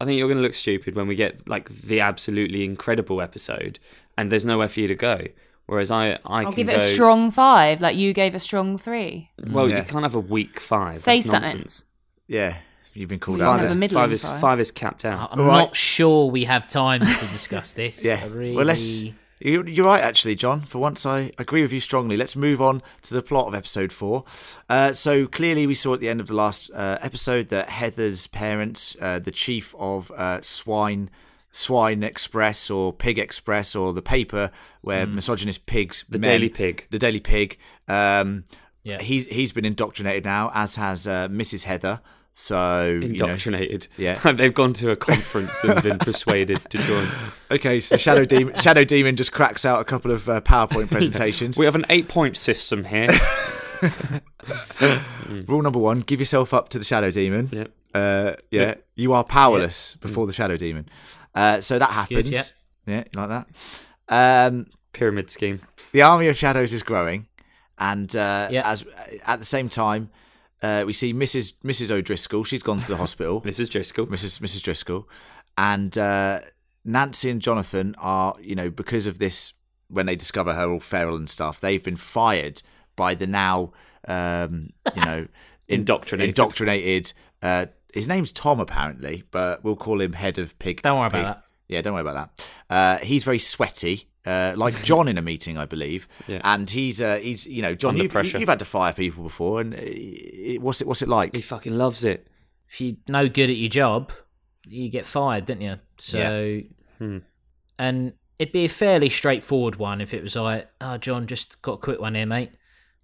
I think you're going to look stupid when we get like the absolutely incredible episode, and there's nowhere for you to go. Whereas I, I I'll can give it go, a strong five, like you gave a strong three. Well, Yeah. you can't have a weak five. Say That's something. nonsense. yeah, you've been called We out. have is, a there. middling five is five. five is capped out. I'm All right. not sure we have time to discuss this. Yeah, I really... well, let's. you- You're right, actually, John. For once, I agree with you strongly. Let's move on to the plot of episode four. Uh, so clearly, we saw at the end of the last uh, episode that Heather's parents, uh, the chief of uh, Swine. Swine Express or Pig Express or the paper where Mm. misogynist pigs, The men- Daily Pig. the Daily Pig. Um, Yeah. he he's been indoctrinated now, as has uh, Mrs. Heather. So you know. Indoctrinated. Yeah. they've gone to a conference and been persuaded to join. okay, so Shadow Demon Shadow Demon just cracks out a couple of uh, PowerPoint presentations. We have an eight-point system here. Rule number one: give yourself up to the Shadow Demon. Yep. Uh, yeah, you are powerless before the Shadow Demon. Uh, so that happens. good, yeah. you like that. Um, Pyramid scheme. the army of shadows is growing, and uh, Yeah. as at the same time, uh, we see Mrs. Mrs. O'Driscoll. She's gone to the hospital. Mrs. Driscoll. Mrs. Mrs. Driscoll, and uh, Nancy and Jonathan are, you know, because of this, when they discover her all feral and stuff, they've been fired by the now, um, you know, in- Indoctrinated. Indoctrinated. Uh, his name's Tom apparently, but we'll call him head of pig. Don't worry about pig- that. Yeah, don't worry about that. Uh, he's very sweaty. Uh, like John in a meeting, I believe, Yeah. and he's uh, he's you know John, Under you've, pressure. you've had to fire people before, and uh, it, what's it what's it like? He fucking loves it. if you're no good at your job, you get fired, don't you? So, Hmm. and it'd be a fairly straightforward one if it was like, oh, John, just got a quick one here, mate.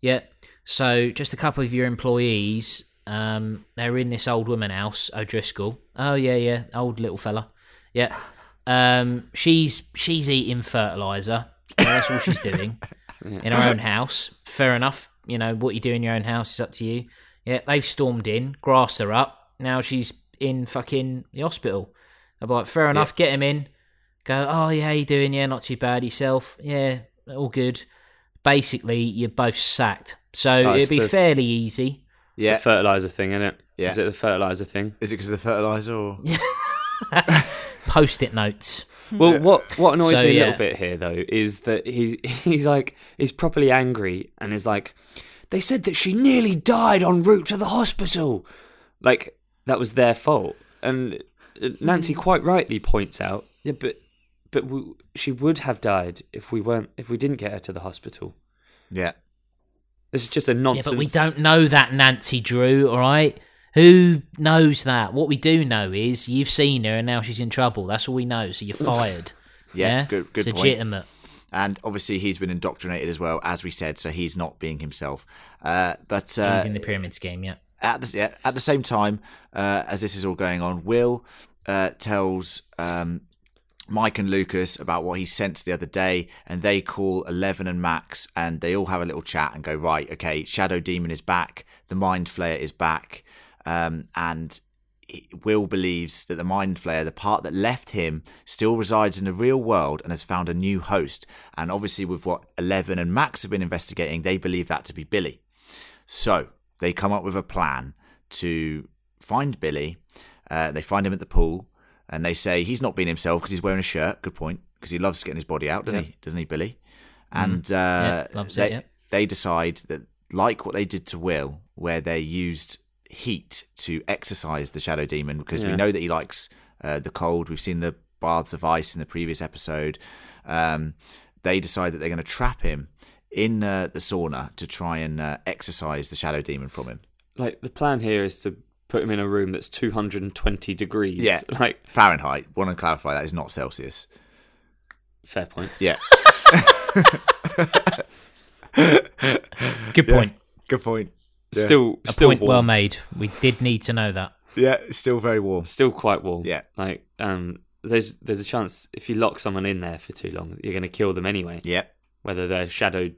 Yeah. So, just a couple of your employees, um, they're in this old woman house, O'Driscoll. Oh, yeah, yeah, old little fella. Yeah. Um, she's she's eating fertilizer. That's all she's doing in her own house. Fair enough. You know, what you do in your own house is up to you. Yeah, they've stormed in, grassed her up. Now she's in fucking the hospital. I'm like, fair enough, get him in. Go, oh, yeah, how you doing? Yeah, not too bad. Yourself? Yeah, all good. Basically, you're both sacked. So Nice, it'd be the- fairly easy. It's the fertilizer thing, isn't it? Yeah. Is it the fertilizer thing? Is it because of the fertilizer or? Post it notes. Well, what what annoys Hmm. So, me a yeah. little bit here though is that he's he's like he's properly angry and is like, they said that she nearly died en route to the hospital, like that was their fault. And uh, Hmm. Nancy quite rightly points out, yeah, but but we, she would have died if we weren't if we didn't get her to the hospital. Yeah. This is just a nonsense. Yeah, but we don't know that, Nancy Drew, all right? Who knows that? What we do know is you've seen her and now she's in trouble. That's all we know. So you're fired. Yeah, good- good it's point. legitimate. And obviously, he's been indoctrinated as well, as we said, so he's not being himself. Uh, but uh, He's in the pyramid scheme, yeah. at, the, yeah, at the same time, uh, as this is all going on, Will uh, tells um, Mike and Lucas about what he sensed the other day, and they call Eleven and Max, and they all have a little chat and go, right, okay, Shadow Demon is back, the Mind Flayer is back, um, and he- Will believes that the Mind Flayer, the part that left him, still resides in the real world and has found a new host. And obviously, with what Eleven and Max have been investigating, they believe that to be Billy. So they come up with a plan to find Billy. Uh, they find him at the pool, and they say he's not being himself because he's wearing a shirt. Good point, because he loves getting his body out, doesn't he? Doesn't he, Billy? And uh, Mm. Yeah, loves they, it, yeah. they decide that, like what they did to Will, where they used heat to exercise the Shadow Demon, because we Yeah. know that he likes uh, the cold. We've seen the baths of ice in the previous episode. Um, they decide that they're going to trap him in uh, the sauna to try and uh, exercise the Shadow Demon from him. like the plan here is to put him in a room that's 220 degrees. Yeah. Like Fahrenheit. Want to clarify that is not Celsius. fair point. Yeah. Good Yeah. point. Good point. Yeah. Still A still point warm. well made. We did need to know that. Yeah, it's still very warm. still quite warm. Yeah. Like um there's there's a chance if you lock someone in there for too long, you're going to kill them anyway, Yeah. whether they're shadow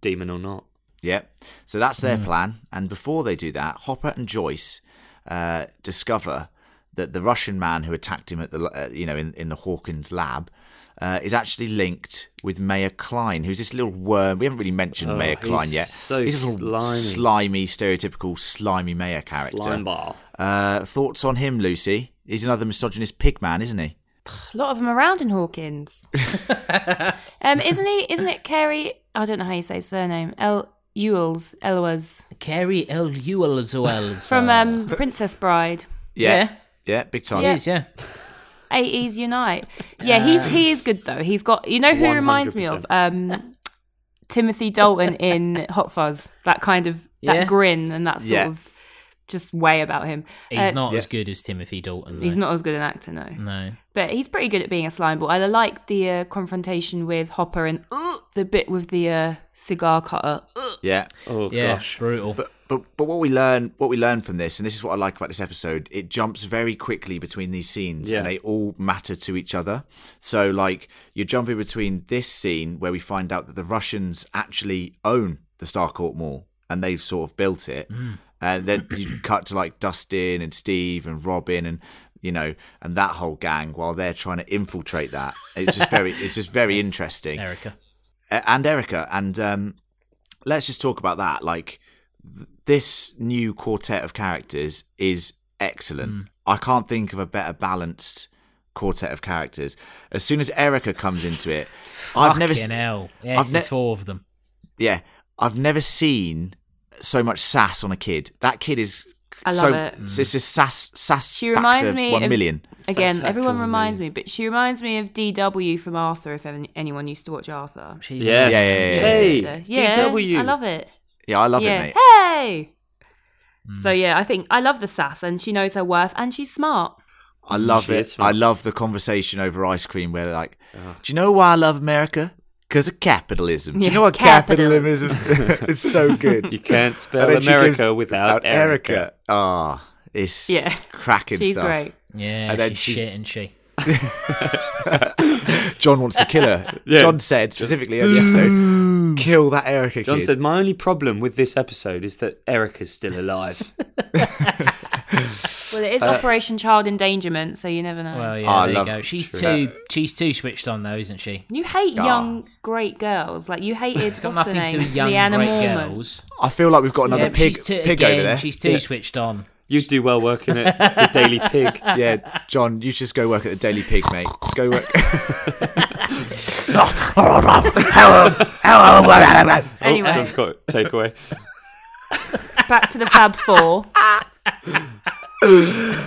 demon or not. Yeah. So that's their Hmm. plan. And before they do that, Hopper and Joyce uh, discover that the Russian man who attacked him at the uh, you know in, in the Hawkins lab uh, is actually linked with Mayor Klein, who's this little worm. We haven't really mentioned Oh, Mayor he's Klein yet. so he's this little slimy. slimy, stereotypical slimy Mayor character. Slime bar. Uh, thoughts on him, Lucy? He's another misogynist pig man, isn't he? A lot of them around in Hawkins. um, isn't he? Isn't it Kerry? I don't know how you say his surname. El Ewells, Elwes Carrie L. Ewell as well. As, from uh, um, Princess Bride. Yeah. Yeah, big time. It is, yeah. AEs unite. Yeah, he's he is good though. He's got you know who he reminds me of 100%. um, Timothy Dalton in Hot Fuzz. That kind of that Yeah. grin and that sort Yeah. of just way about him. He's Uh, not Yeah. as good as Timothy Dalton. He's though. not as good an actor, no. No. But he's pretty good at being a slime ball. I like the uh, confrontation with Hopper and uh, the bit with the uh, cigar cutter. Uh, Yeah. Oh Yeah, gosh. brutal. But but but what we learn what we learn from this, and this is what I like about this episode, it jumps very quickly between these scenes, Yeah. and they all matter to each other. So like you're jumping between this scene where we find out that the Russians actually own the Starcourt Mall and they've sort of built it, and then you cut to like Dustin and Steve and Robin and you know and that whole gang while they're trying to infiltrate that. It's just very it's just very interesting Erica. a- and Erica. And um, let's just talk about that. Like th- this new quartet of characters is excellent. I can't think of a better balanced quartet of characters. As soon as Erica comes into it, I've never, Fucking se- hell. Yes, I've ne- there's four of them. yeah, I've never seen so much sass on a kid. That kid is. I love so, it. It's just sass, sass. She reminds factor me one of- million. Again, Satisfactory, everyone reminds really. me, but she reminds me of DW from Arthur, if any- anyone used to watch Arthur. She's Yes. Yeah, yeah, yeah, yeah. Hey, yeah, DW. I love it. Yeah, I love it, yeah. mate. Mm. Hey! So, yeah, I think I love the sass, and she knows her worth, and she's smart. I love She it. is I smart. love the conversation over ice cream where they're like, "Do you know why I love America? Because of capitalism. Do you Yeah, know what capitalism, capitalism. is? it's so good. You can't spell And then she America gives- without Erica. Erica. Ah, it's Yeah. cracking she's stuff. great. Yeah, And then she's she- shit, and she. John wants to kill her. Yeah. John said specifically in the episode, "Kill that Erica John kid." said, My only problem with this episode is that Erica's still alive. Well, it Uh, is Operation Child Endangerment, so you never know. Well, Oh, yeah, I there you love- go. She's True. too, she's too switched on though, isn't she? You hate Ah. young, great girls. Like, you hated, Got what's her nothing to do name? with young Leanna great Mormon. girls. "I feel like we've got another Yeah, but Oh, pig, she's too, pig again, over there." She's too switched on. You'd do well working at the Daily Pig. yeah, John, you just go work at the Daily Pig, mate. Just go work. Anyway. Oh, John's got takeaway. Back to the Fab Four.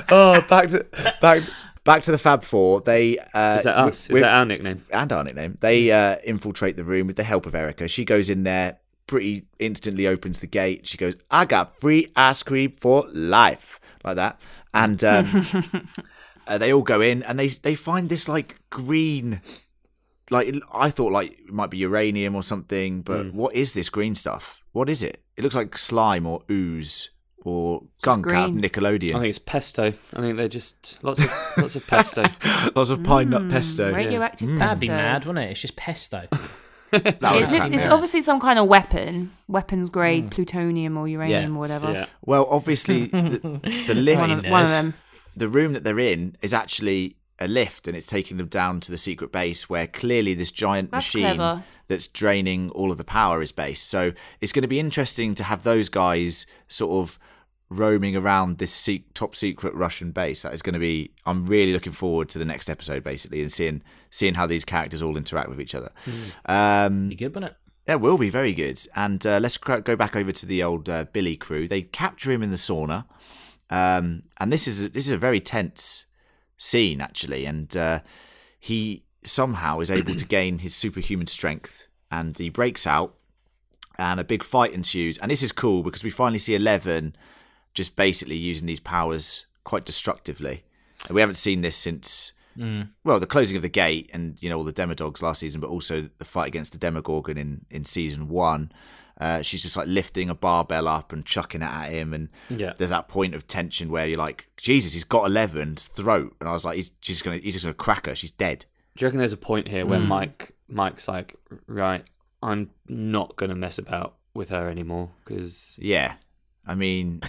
oh, back to back back to the Fab Four. They uh, Is that w- us? Is with- that our nickname? and our nickname. They uh, infiltrate the room with the help of Erica. She goes in there, pretty instantly opens the gate. She goes, "I got free ice cream for life," like that. And um, uh, they all go in, and they they find this like green, like it- I thought like it might be uranium or something, but Hmm. what is this green stuff? What is it? It looks like slime or ooze or gunk out of green. Nickelodeon. I think it's pesto. I think they're just lots of lots of pesto. Lots of pine Hmm, nut pesto. Radioactive That'd be pesto. mad, wouldn't it? It's just pesto. That Mm. would It be look, crap, it's yeah. obviously some kind of weapon, weapons grade Mm. plutonium or uranium Yeah. or whatever. Yeah. Well, obviously, the, the One, lift, of, one of Nerds. them. the room that they're in, is actually a lift, and it's taking them down to the secret base where clearly this giant That's machine clever. that's draining all of the power is based. So it's going to be interesting to have those guys sort of roaming around this se- top secret Russian base. That is going to be. I'm really looking forward to the next episode, basically, and seeing seeing how these characters all interact with each other. Hmm. Um, Be good, wouldn't it? that will be very good. And uh, let's cr- go back over to the old uh, Billy crew. They capture him in the sauna, um, and this is a, this is a very tense scene actually. And uh, he somehow is able to gain his superhuman strength, and he breaks out and a big fight ensues. And this is cool because we finally see Eleven just basically using these powers quite destructively. And we haven't seen this since Mm. well, the closing of the gate and you know all the demodogs last season, but also the fight against the demogorgon in in season one. Uh, she's just like lifting a barbell up and chucking it at him, and Yeah. there's that point of tension where you're like, Jesus, he's got Eleven's throat, and I was like, he's just gonna, he's just gonna crack her. She's dead. Do you reckon there's a point here where Hmm. Mike Mike's like, right, I'm not gonna mess about with her anymore because Yeah, I mean,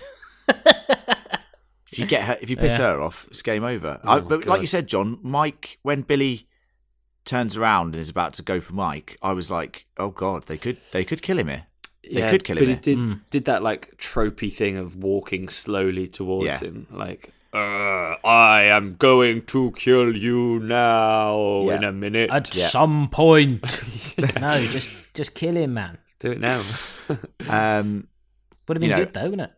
if you get her, if you piss Yeah. her off, it's game over. Oh I, my but like God. you said, John, Mike, when Billy turns around and is about to go for Mike, I was like, oh God, they could, they could kill him here. They could kill him Hmm. But he here. did Mm. did that like tropey thing of walking slowly towards Yeah. him, like. Uh, I am going to kill you now Yeah. in a minute. At some point, no, just just kill him, man. Do it now. Um, Would have been You know- good though, wouldn't it?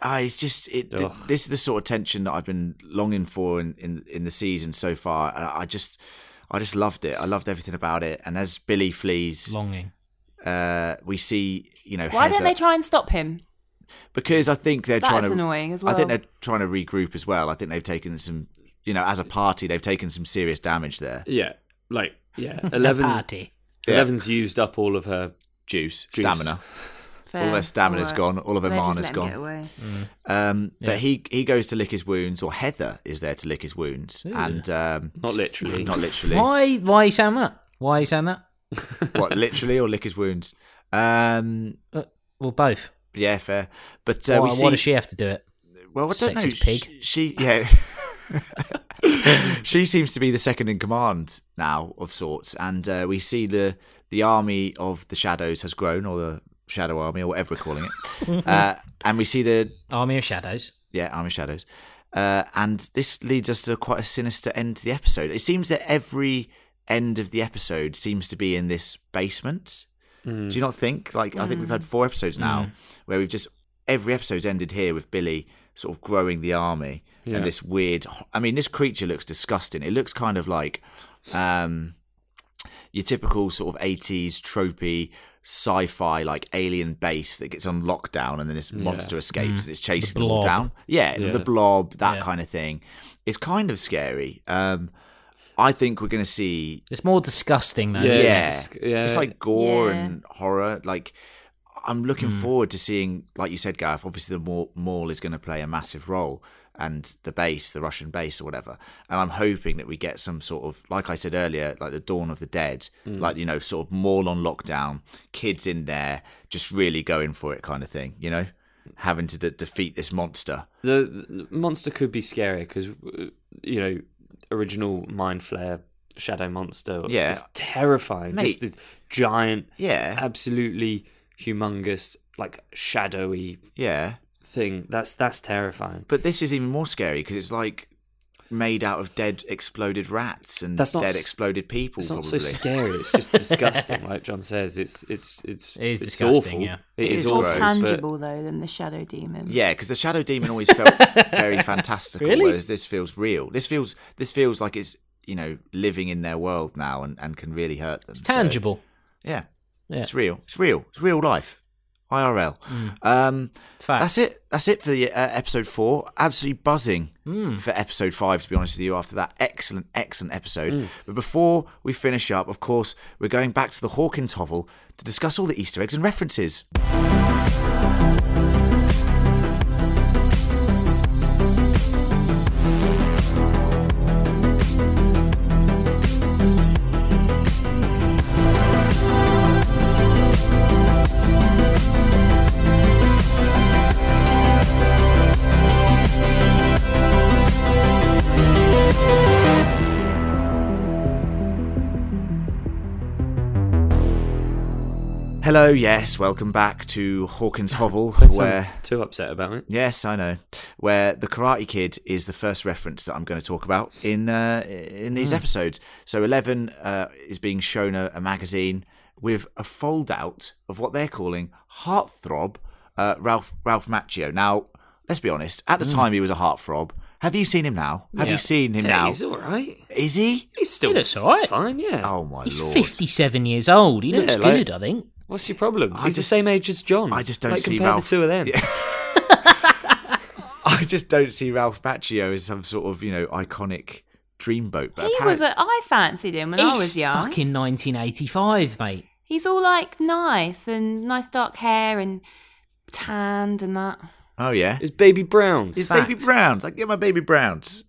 Ah, it's just it. th- Ugh. this is the sort of tension that I've been longing for in, in in the season so far. And I just, I just loved it. I loved everything about it. And as Billy flees, Longing. uh, we see you know Why don't Heather- they try and stop him? because I think they're That's trying to. annoying as well. I think they're trying to regroup as well. I think they've taken some, you know, as a party, they've taken some serious damage there. yeah, like yeah, Eleven eleven's party. Yeah. eleven's used up all of her. Juice, Juice. stamina, Fair. all their stamina's Alright. gone, all of her They're just mana's letting him get gone. away. Um, Yeah. But he he goes to lick his wounds, or Heather is there to lick his wounds, Ooh. and um, Not literally. not literally. Why? Why you sound that? Why you sound that? what literally or lick his wounds um Well, both. yeah fair but uh, why, we see why does she have to do it? well i don't know Sexist pig. She, she yeah she seems to be the second in command now of sorts and uh, we see the the army of the shadows has grown or the shadow army or whatever we're calling it uh, and we see the Army of Shadows. yeah, Army of Shadows. Uh, and this leads us to quite a sinister end to the episode. It seems that every end of the episode seems to be in this basement. Do you not think? Like, I think we've had four episodes now where we've just every episode's ended here with Billy sort of growing the army Yeah. and this weird. I mean, this creature looks disgusting. It looks kind of like um, your typical sort of 80s tropey sci-fi like alien base that gets on lockdown and then this monster escapes and it's chasing them all blob. down yeah, the Yeah. blob that Yeah. kind of thing it's kind of scary um i think we're gonna see It's more disgusting though. Yeah, isn't it? yeah it's it's, disg- yeah. like gore Yeah. and horror like i'm looking Hmm. forward to seeing like you said gareth obviously the mall, mall is going to play a massive role and the base the russian base or whatever and i'm hoping that we get some sort of like i said earlier like the dawn of the dead Hmm. like you know sort of mall on lockdown kids in there just really going for it kind of thing you know having to de- defeat this monster The, the monster could be scary because you know original Mind Flare Shadow Monster Yeah. is terrifying. Mate. Just this giant, yeah absolutely humongous, like shadowy yeah thing. That's that's terrifying. But this is even more scary because it's like made out of dead exploded rats and That's not dead s- exploded people. It's not probably. so scary. It's just disgusting. Like John says, it's it's it's It is it's disgusting, Awful. yeah. It is is It's more gross, awful, but- tangible though than the shadow demon. yeah, because the shadow demon always felt very fantastical, Really? whereas this feels real. This feels this feels like it's you know living in their world now and, and can really hurt them. It's So, tangible. yeah. Yeah. it's real. It's real. It's real life. IRL. Mm. Um, Fact. that's it. That's it for the uh, episode four. Absolutely buzzing for episode five, to be honest with you, after that excellent, excellent episode. But before we finish up, of course, we're going back to the Hawkins hovel to discuss all the Easter eggs and references. Hello, yes, welcome back to Hawkins hovel, Don't sound where. too upset about it. Yes, I know. Where the Karate Kid is the first reference that I'm going to talk about in uh, in these episodes. So Eleven uh, is being shown a, a magazine with a fold out of what they're calling heartthrob uh, Ralph Ralph Macchio. Now, let's be honest. At the time, he was a heartthrob. Have you seen him now? Have Yeah. you seen him Yeah, now? he's all right. Is he? He's still looks all right. fine. Yeah. Oh my He's lord! 57 years old. He Yeah, looks like- good, I think. What's your problem? I He's the just- same age as John. I just don't like, see compare Ralph- the two of them. Yeah. I just don't see Ralph Macchio as some sort of you know iconic dreamboat. But He apparent- was. A, I fancied him when I was It's young. fucking 1985, mate. He's all like nice and nice dark hair and tanned and that. oh yeah, It's Baby Brown. it's fact. Baby Browns. Like yeah, my Baby Browns.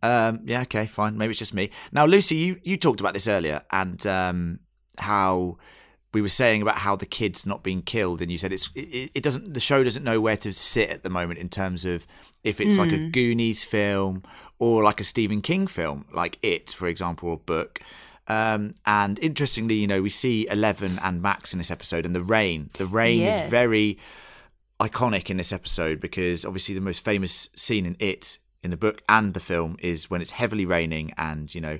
Um, yeah, okay, fine. Maybe it's just me. Now, Lucy, you you talked about this earlier and um, how we were saying about how the kid's not being killed, and you said it's it, it doesn't the show doesn't know where to sit at the moment in terms of if it's like Hmm. a Goonies film or like a Stephen King film, like It, for example, or book. Um, and interestingly, you know, we see Eleven and Max in this episode, and the rain. The rain Yes. is very iconic in this episode because obviously the most famous scene in It in the book and the film is when it's heavily raining, and you know,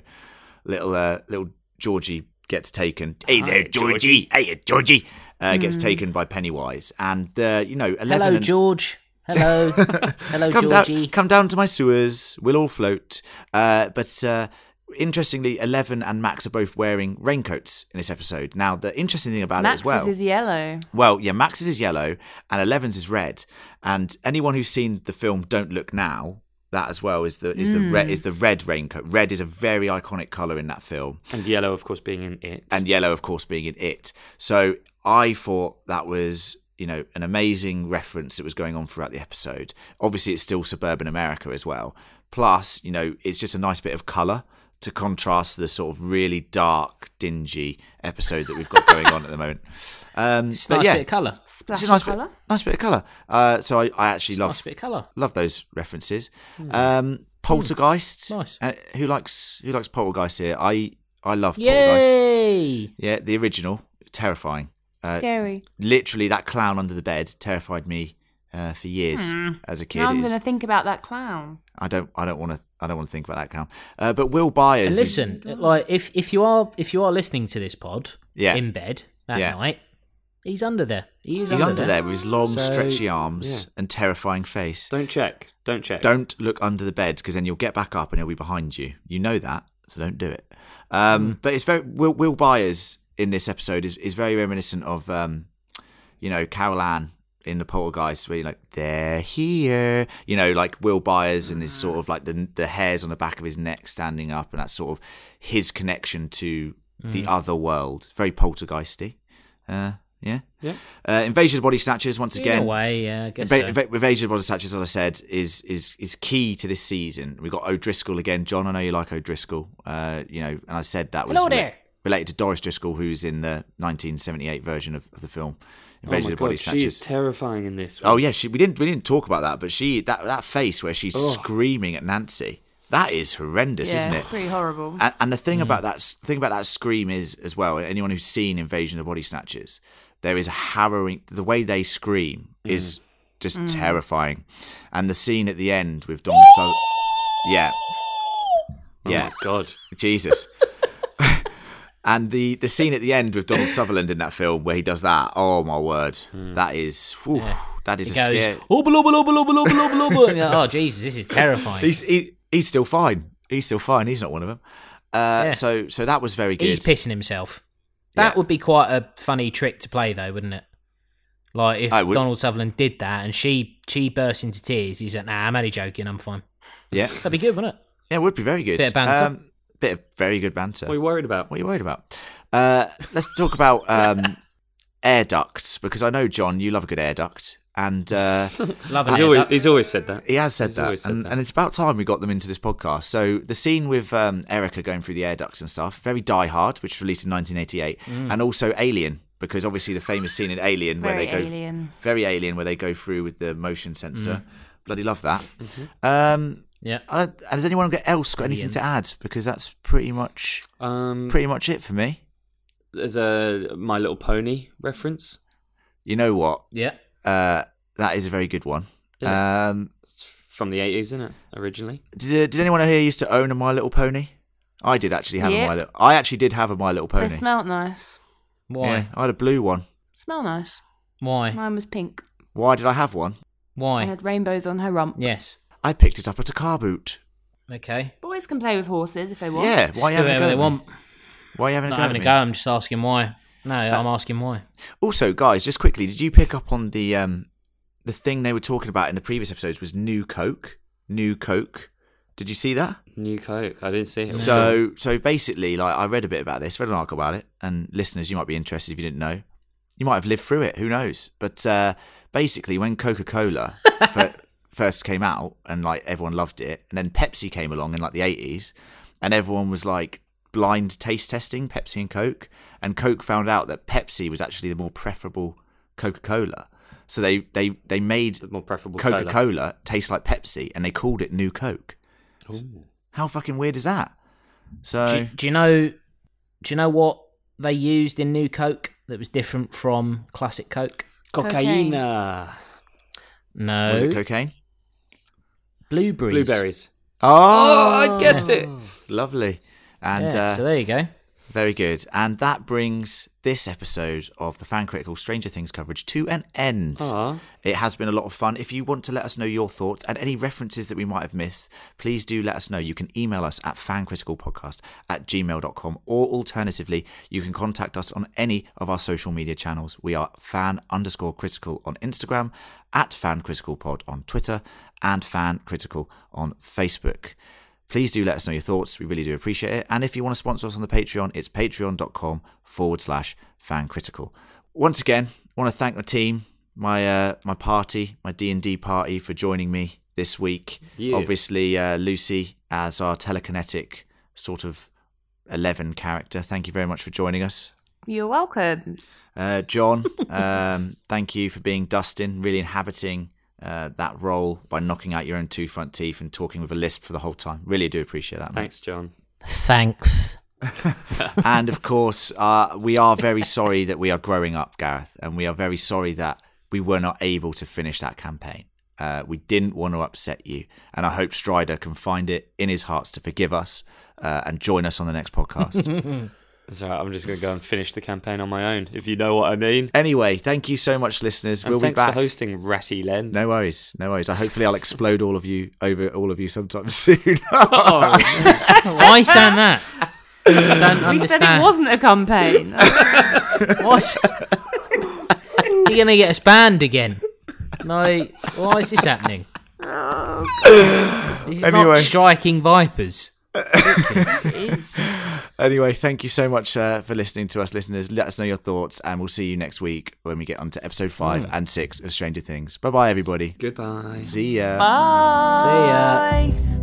little uh, little Georgie gets taken. Hey there, Georgie. Hey, there, Georgie. Uh, gets taken by Pennywise, and uh, you know, eleven. Hello, and- George. Hello. Hello, come Georgie. Down, come down to my sewers. We'll all float. Uh, but uh, interestingly, Eleven and Max are both wearing raincoats in this episode. Now, the interesting thing about it Max's as well. is yellow. Well, yeah, Max's is yellow and Eleven's is red. And anyone who's seen the film Don't Look Now, that as well is the is the Hmm. red is the red raincoat. Red is a very iconic colour in that film. And Yellow, of course, being in it. And yellow, of course, being in it. So I thought that was, you know, an amazing reference that was going on throughout the episode. Obviously it's still suburban America as well. Plus, you know, it's just a nice bit of colour to contrast the sort of really dark, dingy episode that we've got going on at the moment. Um, It's a but nice yeah, bit of colour. Splash it's of a nice colour. bit, nice bit of colour. Uh, so I, I actually It's a love nice bit of colour. love those references. Um, Poltergeist. Nice. Uh, who likes who likes Poltergeist here? I I love Poltergeist. Yay! Yeah, the original, terrifying. Uh, Scary. Literally, that clown under the bed terrified me uh, for years as a kid. Now I'm It is- going to think about that clown. I don't I don't want to I don't want to think about that clown. Uh, but Will Byers. And is- listen, like if if you are if you are listening to this pod Yeah. in bed that Yeah. night, he's under there. He is He's under there with his long, So- stretchy arms yeah. and terrifying face. Don't check. Don't check. Don't look under the bed because then you'll get back up and he'll be behind you. You know that, so don't do it. Um, But it's very Will, Will Byers in this episode is, is very reminiscent of um, you know Carol Ann in the Poltergeist, where you're like they're here, you know, like Will Byers and his sort of like the the hairs on the back of his neck standing up, and that's sort of his connection to the other world. Very poltergeisty. Uh, yeah. Yeah. Uh, Invasion of Body Snatchers once In a again. way, yeah, I guess Inva- so. Inva- Invasion of Body Snatchers, as I said, is is is key to this season. We got O'Driscoll again, John. I know you like O'Driscoll. Uh, you know, and I said that was Hello re- there. related to Doris Driscoll, who's in the 1978 version of, of the film Oh Invasion my of Body god, she Snatchers. is terrifying in this. oh yeah, she, we didn't we didn't talk about that, but she that that face where she's Ugh. screaming at Nancy, that is horrendous, yeah, isn't it? pretty horrible. And, and the Hmm. thing about that thing about that scream is as well. Anyone who's seen Invasion of Body Snatchers, there is a harrowing. The way they scream Hmm. is just terrifying, and the scene at the end with Donald Sutherland. Yeah, Oh yeah, my god. Jesus. and the the scene at the end with Donald Sutherland in that film where he does that. Oh my word, that is whew, that is Hmm. He a goes, scare. "Oobba, loobba, loobba, loobba, loobba, loobba, loobba," and you're like, oh Jesus, this is terrifying. he's, He's he, he's still fine. He's still fine. He's not one of them. Uh, Yeah. So so that was very good. pissing himself. That Yeah. would be quite a funny trick to play, though, wouldn't it? Like if I would. Donald Sutherland did that and she she burst into tears, he's like, "Nah, I'm only joking. I'm fine." Yeah. That'd be good, wouldn't it? Yeah, it would be very good. Um, Bit of banter. bit of very good banter. What are you worried about? What are you worried about? Uh, let's talk about um, air ducts because I know John, you love a good air duct, and uh, Love He's it. always, he's always said that. he has said, He's that. always said and, that. and it's about time we got them into this podcast. So the scene with um, Erica going through the air ducts and stuff, very Die Hard, which was released in 1988, Mm. and also Alien because obviously the famous scene in Alien where Very they go alien. very Alien where they go through with the motion sensor. Mm. Bloody love that. Mm-hmm. Um, Yeah. I don't, has anyone else got anything to add? Because that's pretty much Um, pretty much it for me. there's a My Little Pony reference. You know what? Yeah. Uh, that is a very good one. Um, It's from the 80s, isn't it? Originally. did, did anyone here used to own a My Little Pony? I did actually have a Yep. My Little. I actually did have a My Little They Pony. smelt nice. Why? Yeah, I had a blue one. Smell nice. Why? Mine was pink. Why did I have one? Why? I had rainbows on her rump. Yes. I picked it up at a car boot. Okay. Boys can play with horses if they want. Yeah, why Just you do having a whatever go? they at me? want. Why are you having Not a go? at having a me? go. I'm just asking why. No, Uh, I'm asking why. Also, guys, just quickly, did you pick up on the um the thing they were talking about in the previous episodes was new Coke, new Coke? Did you see that? New Coke. I didn't see it. So, so basically, like I read a bit about this, read an article about it, and listeners, you might be interested if you didn't know. You might have lived through it. Who knows? But uh, basically, when Coca Cola first came out, and like everyone loved it, and then Pepsi came along in like the eighties, and everyone was like blind taste testing Pepsi and Coke, and Coke found out that Pepsi was actually the more preferable Coca Cola. So they they they made the more preferable Coca Cola tastes like Pepsi, and they called it New Coke. How fucking weird is that? So Do, do you know? Do you know what they used in New Coke that was different from classic Coke? Cocaine. Cocaina. was it No, cocaine? blueberries. Blueberries. Oh, I guessed it. Lovely. And yeah, uh, so there you go. very good. And that brings this episode of the fan critical Stranger Things coverage to an end. Ah. It has been a lot of fun. If you want to let us know your thoughts and any references that we might have missed, please do let us know. You can email us at fancriticalpodcast at gmail.com or alternatively, you can contact us on any of our social media channels. We are fan underscore critical on Instagram, at fan critical pod on Twitter, and fan critical on Facebook. Please do let us know your thoughts. We really do appreciate it. And if you want to sponsor us on the Patreon, it's patreon.com forward slash fancritical. Once again, I want to thank my team, my uh, my party, my D and D party for joining me this week. Yeah. Obviously, uh, Lucy as our telekinetic sort of eleven character. Thank you very much for joining us. You're welcome. Uh, John, um, thank you for being Dustin, really inhabiting uh, that role by knocking out your own two front teeth and talking with a lisp for the whole time. Really do appreciate that. mate. Thanks, John. Thanks. and of course, uh, we are very sorry that we are growing up, Gareth, and we are very sorry that we were not able to finish that campaign. Uh, we didn't want to upset you, and I hope Strider can find it in his hearts to forgive us uh, and join us on the next podcast. That's all right. I'm just going to go and finish the campaign on my own, if you know what I mean. anyway, thank you so much, listeners. And we'll be thanks back. for hosting Ratty Len. no worries, no worries. I hopefully I'll explode all of you over all of you sometime soon. Why saying that? I don't We said it understand. wasn't a campaign. Why is- You're gonna get us banned again. Like, why is this happening? This is Anyway. not striking vipers. anyway, thank you so much uh, for listening to us, listeners. Let us know your thoughts, and we'll see you next week when we get on to episode five Mm. and six of Stranger Things. Bye bye, everybody. Goodbye. See ya. See ya. Bye.